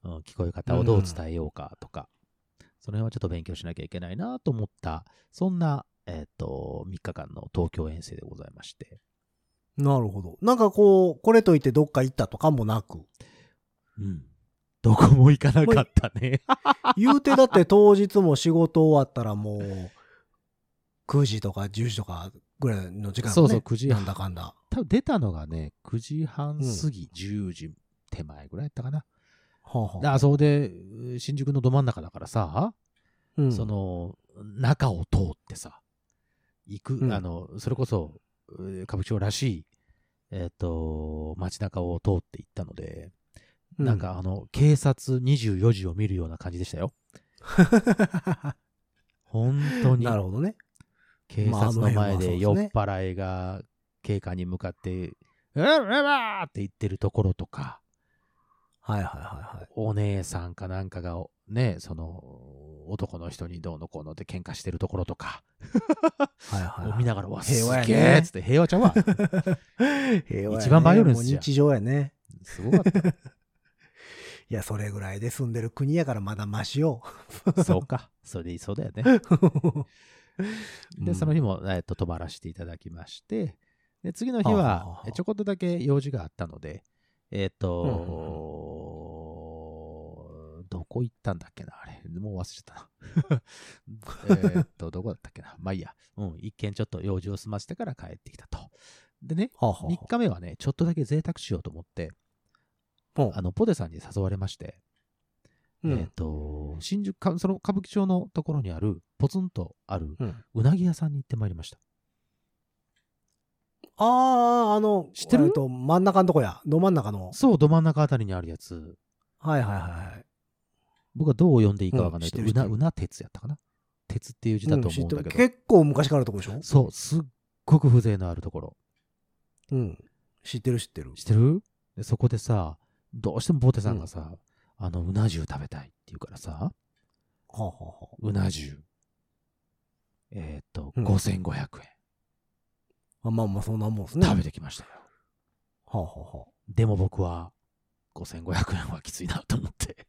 [SPEAKER 3] うん、聞こえ方をどう伝えようかとか、その辺はちょっと勉強しなきゃいけないなと思った、そんな、えっ、と、3日間の東京遠征でございまして。
[SPEAKER 2] なるほど。なんかこう、これといってどっか行ったとかもなく。
[SPEAKER 3] うん。どこも行かなかった ね。
[SPEAKER 2] 言うてだって当日も仕事終わったらもう、9時とか10時とかぐらいの時間、ね、
[SPEAKER 3] そうそう9時
[SPEAKER 2] なんだかんだ。
[SPEAKER 3] 多分出たのがね、9時
[SPEAKER 2] うん
[SPEAKER 3] 半過ぎ、10時手前ぐらいやったかな。
[SPEAKER 2] はあはあ
[SPEAKER 3] あそうで、う新宿のど真ん中だからさ、
[SPEAKER 2] うん
[SPEAKER 3] その、中を通ってさ、行く、
[SPEAKER 2] うん
[SPEAKER 3] あの、それこそ、う歌舞伎町らしい、えっ、と、街中を通って行ったので、
[SPEAKER 2] う
[SPEAKER 3] なんかあの、警察24時を見るような感じでしたよ。本当に。
[SPEAKER 2] なるほどね。
[SPEAKER 3] 警察の前で酔っ
[SPEAKER 2] ま
[SPEAKER 3] 払いが警官に向かって、うわうわうわーって言ってるところとか、
[SPEAKER 2] はいはいはいはい。
[SPEAKER 3] お姉さんかなんかが、ね、その、男の人にどうのこうのって喧嘩してるところとか、
[SPEAKER 2] はいはいはい
[SPEAKER 3] を見ながら、わ、す
[SPEAKER 2] 平和やね
[SPEAKER 3] げえっつって、平和ちゃ んは、
[SPEAKER 2] 平和やね
[SPEAKER 3] 一番バイオレンス
[SPEAKER 2] もう
[SPEAKER 3] じゃん
[SPEAKER 2] 日常やね。
[SPEAKER 3] すごかっ
[SPEAKER 2] いや、それぐらいで住んでる国やからまだマシよ。
[SPEAKER 3] た。そうか。それでそうだ よね。
[SPEAKER 2] う
[SPEAKER 3] で、
[SPEAKER 2] ん
[SPEAKER 3] その日も、えっと、泊まらせていただきまして、で、次の日は
[SPEAKER 2] あ、ー
[SPEAKER 3] ちょこっとだけ用事があったので、えっと
[SPEAKER 2] うんうん、
[SPEAKER 3] どこ行ったんだっけな、あれ。もう忘れち ゃったな。えっと、どこだったっけな。まあいいや。うん、一見ちょっと用事を済ませてから帰ってきたと。でね、
[SPEAKER 2] はあはあ
[SPEAKER 3] 3日目はね、ちょっとだけ贅沢しようと思って、
[SPEAKER 2] うん
[SPEAKER 3] あの、ポテさんに誘われまして、
[SPEAKER 2] うん
[SPEAKER 3] えっ、と、新宿か、その歌舞伎町のところにある、ポツンとある
[SPEAKER 2] うん
[SPEAKER 3] うなぎ屋さんに行ってまいりました。
[SPEAKER 2] ああ、あの、
[SPEAKER 3] 知ってる
[SPEAKER 2] えと、真ん中のとこや。ど真ん中の。
[SPEAKER 3] そう、ど真ん中あたりにあるやつ。
[SPEAKER 2] はいはいはい。
[SPEAKER 3] 僕はどう読んでいいかわかんないけど、
[SPEAKER 2] う
[SPEAKER 3] うん
[SPEAKER 2] 知って
[SPEAKER 3] な、
[SPEAKER 2] る
[SPEAKER 3] うな鉄やったかな鉄っていう字だと思
[SPEAKER 2] ん
[SPEAKER 3] うんだ
[SPEAKER 2] 知
[SPEAKER 3] け
[SPEAKER 2] って
[SPEAKER 3] ど。
[SPEAKER 2] る結構昔からあるとこでしょ
[SPEAKER 3] そう、すっごく風情のあるところ。
[SPEAKER 2] うん。知ってる知ってる。
[SPEAKER 3] 知ってるでそこでさ、どうしてもポテさんがさ、あの、うな重食べたいって言うからさ、
[SPEAKER 2] はあはあは
[SPEAKER 3] うな重。えっ、と、
[SPEAKER 2] うん
[SPEAKER 3] 5500
[SPEAKER 2] ああまあまあ、そんなもんです
[SPEAKER 3] 円。
[SPEAKER 2] ね。
[SPEAKER 3] 食べてきましたよ。
[SPEAKER 2] はあはあはあ
[SPEAKER 3] でも僕は5500円はきついなと思って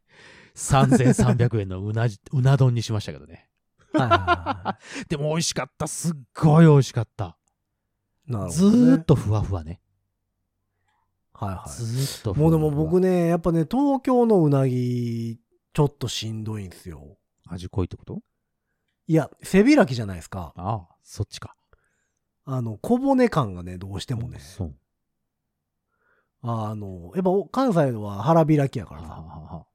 [SPEAKER 3] 3300円のうなじうな丼にしましたけどね
[SPEAKER 2] はいはいはいは
[SPEAKER 3] でも美味しかったすっごい美味しかった
[SPEAKER 2] い なるほ
[SPEAKER 3] ず
[SPEAKER 2] ど、ね。
[SPEAKER 3] ーっ。とふわふわね。
[SPEAKER 2] はいは
[SPEAKER 3] ずーっと
[SPEAKER 2] い。
[SPEAKER 3] ふ
[SPEAKER 2] もう
[SPEAKER 3] わふ
[SPEAKER 2] で
[SPEAKER 3] わ。
[SPEAKER 2] も僕ね、やっぱね、東京のうなぎ、ちょっとしんどいんですよ。
[SPEAKER 3] 味濃いってこと
[SPEAKER 2] いや、背開きじゃないですか。
[SPEAKER 3] ああ、そっちか。
[SPEAKER 2] あの、小骨感がね、どうしてもね。
[SPEAKER 3] そう。
[SPEAKER 2] あの、やっぱお関西は腹開きやか
[SPEAKER 3] あ
[SPEAKER 2] らさ、
[SPEAKER 3] あ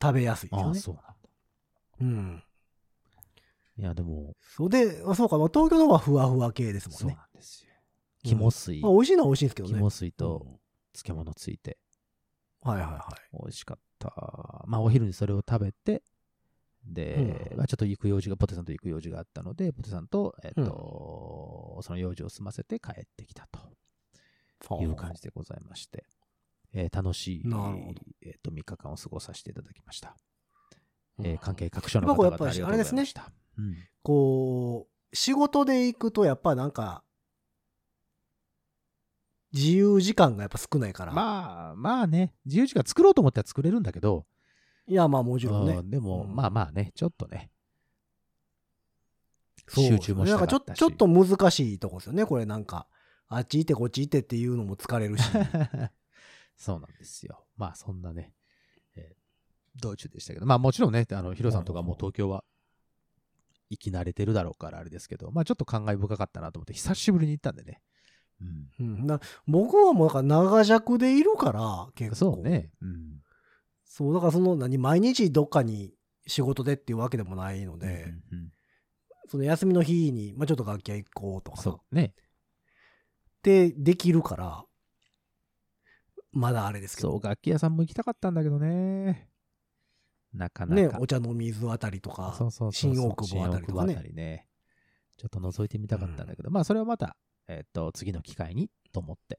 [SPEAKER 2] 食べやすいで
[SPEAKER 3] あ
[SPEAKER 2] す
[SPEAKER 3] ああ
[SPEAKER 2] よ
[SPEAKER 3] あ、
[SPEAKER 2] ね。
[SPEAKER 3] そうなんだ。
[SPEAKER 2] うん。
[SPEAKER 3] いや、でも、
[SPEAKER 2] そうで、あそうか、まあ東京の方がふわふわ系ですもん
[SPEAKER 3] そう
[SPEAKER 2] ね
[SPEAKER 3] な。んですよ。肝水、
[SPEAKER 2] まあ、美味しいのは美味しいんですけどね。
[SPEAKER 3] 肝水と漬物ついて、
[SPEAKER 2] はいはいはい。
[SPEAKER 3] 美味しかった。まあ、お昼にそれを食べて、で、
[SPEAKER 2] うん
[SPEAKER 3] まあ、ちょっと行く用事が、ポテさんと行く用事があったので、ポテさんと、えっ、と、その用事を済ませて帰ってきたという感じでございまして、えー楽しい、
[SPEAKER 2] なるほど
[SPEAKER 3] えっ、と、3日間を過ごさせていただきました。
[SPEAKER 2] うん
[SPEAKER 3] えー関係各所の
[SPEAKER 2] やっぱ
[SPEAKER 3] 方
[SPEAKER 2] こうや
[SPEAKER 3] 々あ
[SPEAKER 2] っぱ
[SPEAKER 3] り
[SPEAKER 2] り
[SPEAKER 3] がとうございました。うん
[SPEAKER 2] こう、仕事で行くとやっぱなんか、自由時間がやっぱ少ないから。
[SPEAKER 3] まあまあね、自由時間作ろうと思ったら作れるんだけど、
[SPEAKER 2] いや、まあもちろんね
[SPEAKER 3] う。んでも、
[SPEAKER 2] うん
[SPEAKER 3] まあまあね、ちょっとね、
[SPEAKER 2] そう
[SPEAKER 3] 集中もしたかったし
[SPEAKER 2] なんかちょちょっと難しいとこですよね、これなんか。あっち行ってこっち行ってっていうのも疲 れるし。
[SPEAKER 3] そうなんですよ。まあそんなね、えー道中でしたけど、まあもちろんね、あの、ヒロさんとかもう東京は生き慣れてるだろうからあれですけど、まあちょっと感慨深かったなと思って、久しぶりに行ったんでね。うん。
[SPEAKER 2] うん、な僕はもうなんか長尺でいるから、結構。
[SPEAKER 3] そう。ね。うん。
[SPEAKER 2] そう、だからその何、毎日どっかに仕事でっていうわけでもないので、
[SPEAKER 3] うんうん
[SPEAKER 2] その休みの日に、まあちょっと楽器屋行こうとかさ。
[SPEAKER 3] そうね。
[SPEAKER 2] ってできるから、まだあれですけど。
[SPEAKER 3] そう、楽器屋さんも行きたかったんだけどね。なかなか。
[SPEAKER 2] ね、お茶の水あたりとか、
[SPEAKER 3] そうそうそうそう
[SPEAKER 2] 新大久保あたりとか
[SPEAKER 3] 新大久保あた
[SPEAKER 2] ね。
[SPEAKER 3] りねちょっと覗いてみたかったんだけど、まあそれはまた、えっと次の機会にと思って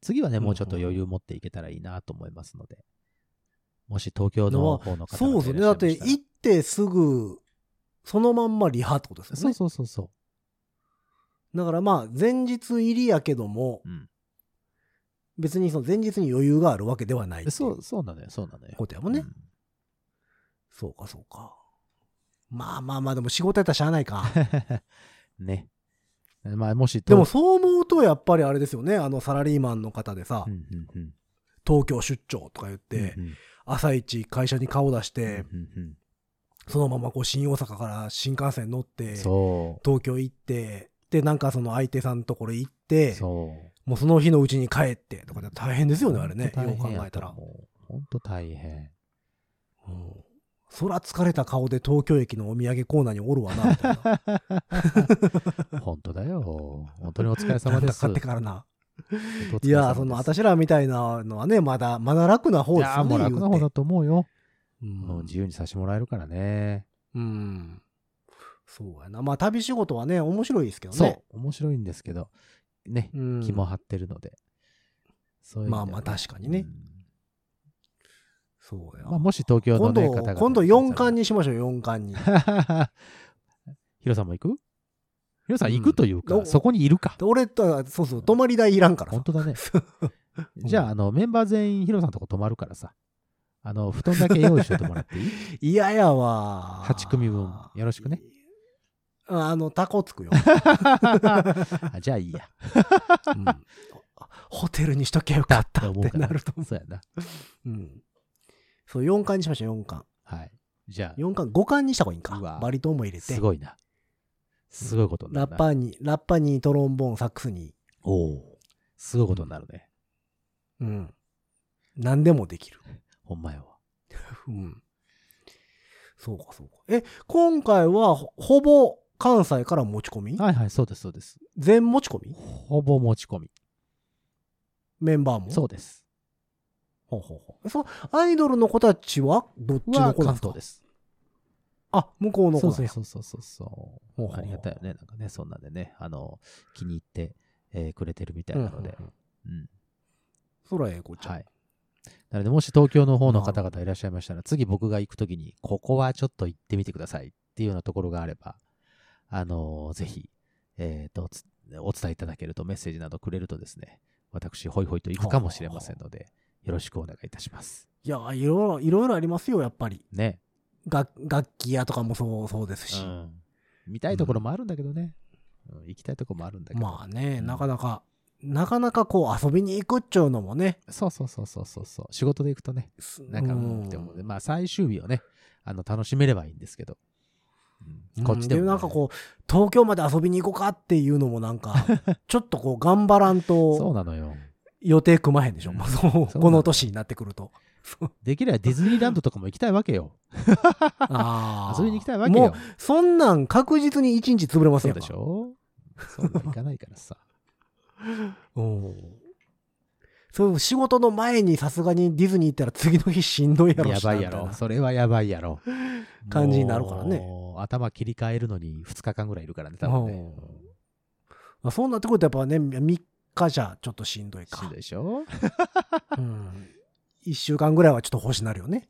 [SPEAKER 3] 次はね
[SPEAKER 2] うん
[SPEAKER 3] もうちょっと余裕持っていけたらいいなと思いますので、もし東京の方の方
[SPEAKER 2] そうですね。だって行ってすぐ、そのまんまリハってことですよ
[SPEAKER 3] そう
[SPEAKER 2] ね。
[SPEAKER 3] そうそうそ
[SPEAKER 2] だからまあ、前日入りやけども、
[SPEAKER 3] う、うん、
[SPEAKER 2] 別にその前日に余裕があるわけではないってい
[SPEAKER 3] そうそうなのよそうなのよ
[SPEAKER 2] ことやもんね。そうか、そうか。まあまあまあ、でも仕事やったらしゃあない か。
[SPEAKER 3] うん ねまあもし
[SPEAKER 2] でも
[SPEAKER 3] 東
[SPEAKER 2] そう思うと、やっぱりあれですよね。あの、サラリーマンの方でさ、
[SPEAKER 3] うんうんうん
[SPEAKER 2] 東京出張とか言って、
[SPEAKER 3] うんうん
[SPEAKER 2] 朝一会社に顔出して、
[SPEAKER 3] うんうん
[SPEAKER 2] そのままこう新大阪から新幹線乗って、東
[SPEAKER 3] そ
[SPEAKER 2] 京行って、で、なんかその相手さんのところ行っ
[SPEAKER 3] う
[SPEAKER 2] て、
[SPEAKER 3] そう
[SPEAKER 2] もうその日のうちに帰ってとかで大変ですよね、あれね。
[SPEAKER 3] ほん
[SPEAKER 2] よう
[SPEAKER 3] と大
[SPEAKER 2] 考
[SPEAKER 3] 変や
[SPEAKER 2] えたら
[SPEAKER 3] と。思うほんと大変
[SPEAKER 2] うんそら疲れた顔で東京駅のお土産コーナーにおるわな、みたいな。
[SPEAKER 3] 本当だよ。本当にお疲れ 様
[SPEAKER 2] なん
[SPEAKER 3] で
[SPEAKER 2] だ
[SPEAKER 3] す。
[SPEAKER 2] 買ってからな。
[SPEAKER 3] 本当
[SPEAKER 2] い
[SPEAKER 3] お疲れ様
[SPEAKER 2] や、
[SPEAKER 3] です
[SPEAKER 2] その、私らみたいなのはね、まだ、まだ楽ない方です
[SPEAKER 3] や
[SPEAKER 2] よね。
[SPEAKER 3] もう楽な方
[SPEAKER 2] 言
[SPEAKER 3] だ
[SPEAKER 2] うて
[SPEAKER 3] と思うよ。
[SPEAKER 2] う
[SPEAKER 3] もうん自由にさせてもらえるからね。
[SPEAKER 2] うん。そうやな。まあ、旅仕事はね、面白いですけどね。
[SPEAKER 3] そう、面白いんですけど、ね、
[SPEAKER 2] うん
[SPEAKER 3] 気も張ってるので。そういう意味ではね
[SPEAKER 2] まあまあ確かにねそう
[SPEAKER 3] う
[SPEAKER 2] や
[SPEAKER 3] んまあ、もし東京の、
[SPEAKER 2] 今
[SPEAKER 3] ね、
[SPEAKER 2] 度、
[SPEAKER 3] 方々
[SPEAKER 2] 今度4巻。にしましょう、4巻に。
[SPEAKER 3] ヒロさんも行くヒロさん行
[SPEAKER 2] う
[SPEAKER 3] く
[SPEAKER 2] ん
[SPEAKER 3] というか、
[SPEAKER 2] どう
[SPEAKER 3] そこにいるか
[SPEAKER 2] で。俺とはそうそう泊まり代いらんから
[SPEAKER 3] 本
[SPEAKER 2] さ
[SPEAKER 3] 当 だね。じゃあ、あの、メンバー全員ヒロさんのとこ泊まるからさ。あの、布団だけ用意しといてもらっていい
[SPEAKER 2] 嫌ややわ
[SPEAKER 3] ?8 組分、よろし くね。
[SPEAKER 2] あのタコつくよ、
[SPEAKER 3] あじゃあいいや。
[SPEAKER 2] うんホテルにしときゃよかった
[SPEAKER 3] っ
[SPEAKER 2] って
[SPEAKER 3] 思う
[SPEAKER 2] て
[SPEAKER 3] から
[SPEAKER 2] なると思
[SPEAKER 3] そうやな。
[SPEAKER 2] う、うん、そう4巻にしましょう4巻
[SPEAKER 3] はい。じゃあ、
[SPEAKER 2] 4巻5巻にした方がいいん
[SPEAKER 3] うわ
[SPEAKER 2] かバリトンも入れて
[SPEAKER 3] すごいな。すごいことにな
[SPEAKER 2] ラ
[SPEAKER 3] る
[SPEAKER 2] ッ
[SPEAKER 3] な。
[SPEAKER 2] パにラッパにトロンボーンサックスに
[SPEAKER 3] おお。すごいことになるね。
[SPEAKER 2] うん何でもできる、
[SPEAKER 3] ほんまよ。
[SPEAKER 2] うん、そうかそうかえ今回はほほぼ関西から持ち込み
[SPEAKER 3] はいはい、そうです、そうです。
[SPEAKER 2] 全持ち込み
[SPEAKER 3] ほぼ持ち込み。
[SPEAKER 2] メンバーも
[SPEAKER 3] そうです。
[SPEAKER 2] ほうほうほう。そう、アイドルの子たちは、どっちの
[SPEAKER 3] は
[SPEAKER 2] 子なん
[SPEAKER 3] 関
[SPEAKER 2] ですか
[SPEAKER 3] 東です。
[SPEAKER 2] あ、向こうの子
[SPEAKER 3] そ
[SPEAKER 2] な
[SPEAKER 3] うん
[SPEAKER 2] や
[SPEAKER 3] そうそうそうそうそう
[SPEAKER 2] ほうほうほう
[SPEAKER 3] ありがたいよね。なんかね、そんなんでね、あの、気に入って、えーくれてるみたいなので
[SPEAKER 2] うん。うん
[SPEAKER 3] うん。
[SPEAKER 2] そらええ子ちゃん。
[SPEAKER 3] はい。なので、もし東京の方の方々いらっしゃいましたら、次僕が行くときに、ここはちょっと行ってみてくださいっていうようなところがあれば、あのーぜひ、えっ、と、つお伝えいただけると、メッセージなどくれるとですね、私、ホイホイと行くかもしれませんので、よろしくお願いいたします。
[SPEAKER 2] いや、いろいろ、いろいろありますよ、やっぱり。
[SPEAKER 3] ね。
[SPEAKER 2] 楽楽器屋とかもそう、そうですし。
[SPEAKER 3] うん見たいところもあるんだけどね。うん行きたいとこもあるんだけど。
[SPEAKER 2] まあね、なかなか、なかなかこう遊びに行くっちゅうのもね、
[SPEAKER 3] そうそうそうそうそうそう。仕事で行くとね、
[SPEAKER 2] す
[SPEAKER 3] なんかもうって思うので、まあ最終日をね、あの楽しめればいいんですけど。うんこっちでも、
[SPEAKER 2] うんなんかこう、東京まで遊びに行こうかっていうのもなん か、ちょっとこう、頑張らん
[SPEAKER 3] そう
[SPEAKER 2] と
[SPEAKER 3] なのよ。
[SPEAKER 2] 予定組まへんでしょ。
[SPEAKER 3] うん
[SPEAKER 2] もうそう
[SPEAKER 3] そう
[SPEAKER 2] この年になってくる と。
[SPEAKER 3] できればディズニーランドとかも行きたいわけよ。
[SPEAKER 2] あー
[SPEAKER 3] 遊びに行きたいわけ
[SPEAKER 2] も
[SPEAKER 3] よ。
[SPEAKER 2] う、そんなん確実に一日潰れます
[SPEAKER 3] そう
[SPEAKER 2] よ。
[SPEAKER 3] でしょそうだ行かないからさ。
[SPEAKER 2] うん。そう仕事の前にさすがにディズニー行ったら次の日しんどいやろ
[SPEAKER 3] や
[SPEAKER 2] しな
[SPEAKER 3] ばい
[SPEAKER 2] みた
[SPEAKER 3] や
[SPEAKER 2] な
[SPEAKER 3] ろ。それはやばいや ろ。
[SPEAKER 2] 感じになるからね
[SPEAKER 3] もう。頭切り替えるのに2日間ぐらいいるからね、多分ね。
[SPEAKER 2] まあそうなってくるとやっぱね3日じゃちょっとしんどい
[SPEAKER 3] しん
[SPEAKER 2] か
[SPEAKER 3] どいでしょ
[SPEAKER 2] うん、1週間ぐらいはちょっと星になるよね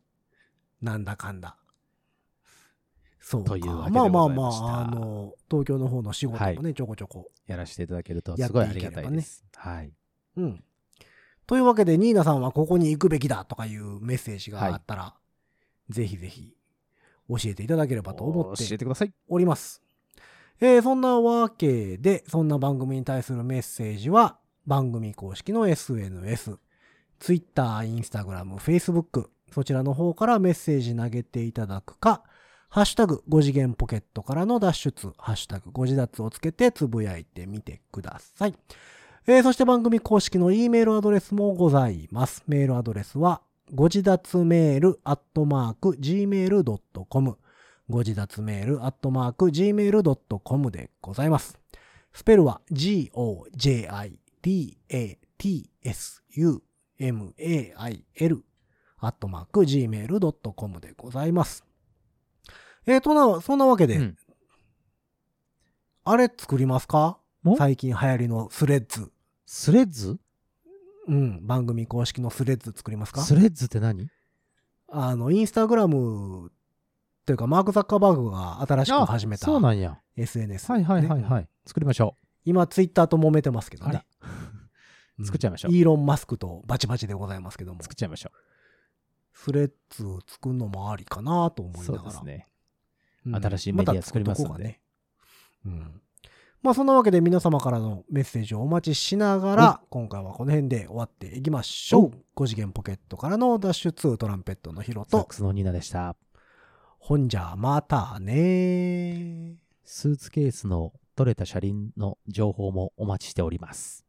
[SPEAKER 2] なんだかんだそうか
[SPEAKER 3] というわけで
[SPEAKER 2] まあまあ
[SPEAKER 3] ござい
[SPEAKER 2] ま
[SPEAKER 3] ました
[SPEAKER 2] ああの東京の方の仕事もね、
[SPEAKER 3] は
[SPEAKER 2] ちょこちょこ
[SPEAKER 3] やらせていただけると
[SPEAKER 2] やっ
[SPEAKER 3] す
[SPEAKER 2] て
[SPEAKER 3] ごいありがたいです。はい。
[SPEAKER 2] うんというわけでニーナさんはここに行くべきだとかいうメッセージがあったら、ぜひぜひ教えていただければと思っ
[SPEAKER 3] 教え
[SPEAKER 2] て
[SPEAKER 3] てください。
[SPEAKER 2] おります。えーそんなわけで、そんな番組に対するメッセージは、番組公式の SNS、Twitter、Instagram、Facebook、そちらの方からメッセージ投げていただくか、ハッシュタグ5次元ポケットからの脱出、ハッシュタグ5次脱をつけてつぶやいてみてください。えーそして番組公式の E メールアドレスもございます。メールアドレスは、ご自立メールアットマーク gmail.com ご自立メールアットマーク gmail.com でございます。スペルは g-o-j-i-d-a-t-s-u-m-a-i-l アットマーク gmail.com でございます。えー、とな、そんなわけで、
[SPEAKER 3] うん
[SPEAKER 2] あれ作りますか
[SPEAKER 3] も
[SPEAKER 2] 最近流行りのスレッズ。
[SPEAKER 3] スレッズ
[SPEAKER 2] うん、番組公式のスレッズ作りますか
[SPEAKER 3] スレッズって何
[SPEAKER 2] あの、インスタグラムっていうか、マーク・ザッカーバーグが新しく始めた
[SPEAKER 3] そうなんや。
[SPEAKER 2] SNS、
[SPEAKER 3] はいはいはいはい。作りましょ
[SPEAKER 2] 今、ツイッターと揉めてますけ
[SPEAKER 3] う。
[SPEAKER 2] ど
[SPEAKER 3] あ
[SPEAKER 2] ね
[SPEAKER 3] ら。。
[SPEAKER 2] ん
[SPEAKER 3] 作っちゃいましょう
[SPEAKER 2] イーロン・マスクとバチバチでございますけども、
[SPEAKER 3] 作っちゃいましょ
[SPEAKER 2] スレッズ作るのもありかなと思
[SPEAKER 3] う。
[SPEAKER 2] い
[SPEAKER 3] そ
[SPEAKER 2] な
[SPEAKER 3] う
[SPEAKER 2] が
[SPEAKER 3] で
[SPEAKER 2] ら。
[SPEAKER 3] すね。
[SPEAKER 2] うん
[SPEAKER 3] 新しいメディア作りますん
[SPEAKER 2] た作っと
[SPEAKER 3] で
[SPEAKER 2] こうかね。うん。まあ、そんなわけで皆様からのメッセージをお待ちしながら、今回はこの辺で終わっていきましょう。5次元ポケットからの脱出トランペットのヒロ
[SPEAKER 3] サッ
[SPEAKER 2] と
[SPEAKER 3] ク、スのニーナでした。
[SPEAKER 2] ほんじゃまたねー。
[SPEAKER 3] スーツケースの取れた車輪の情報もお待ちしております。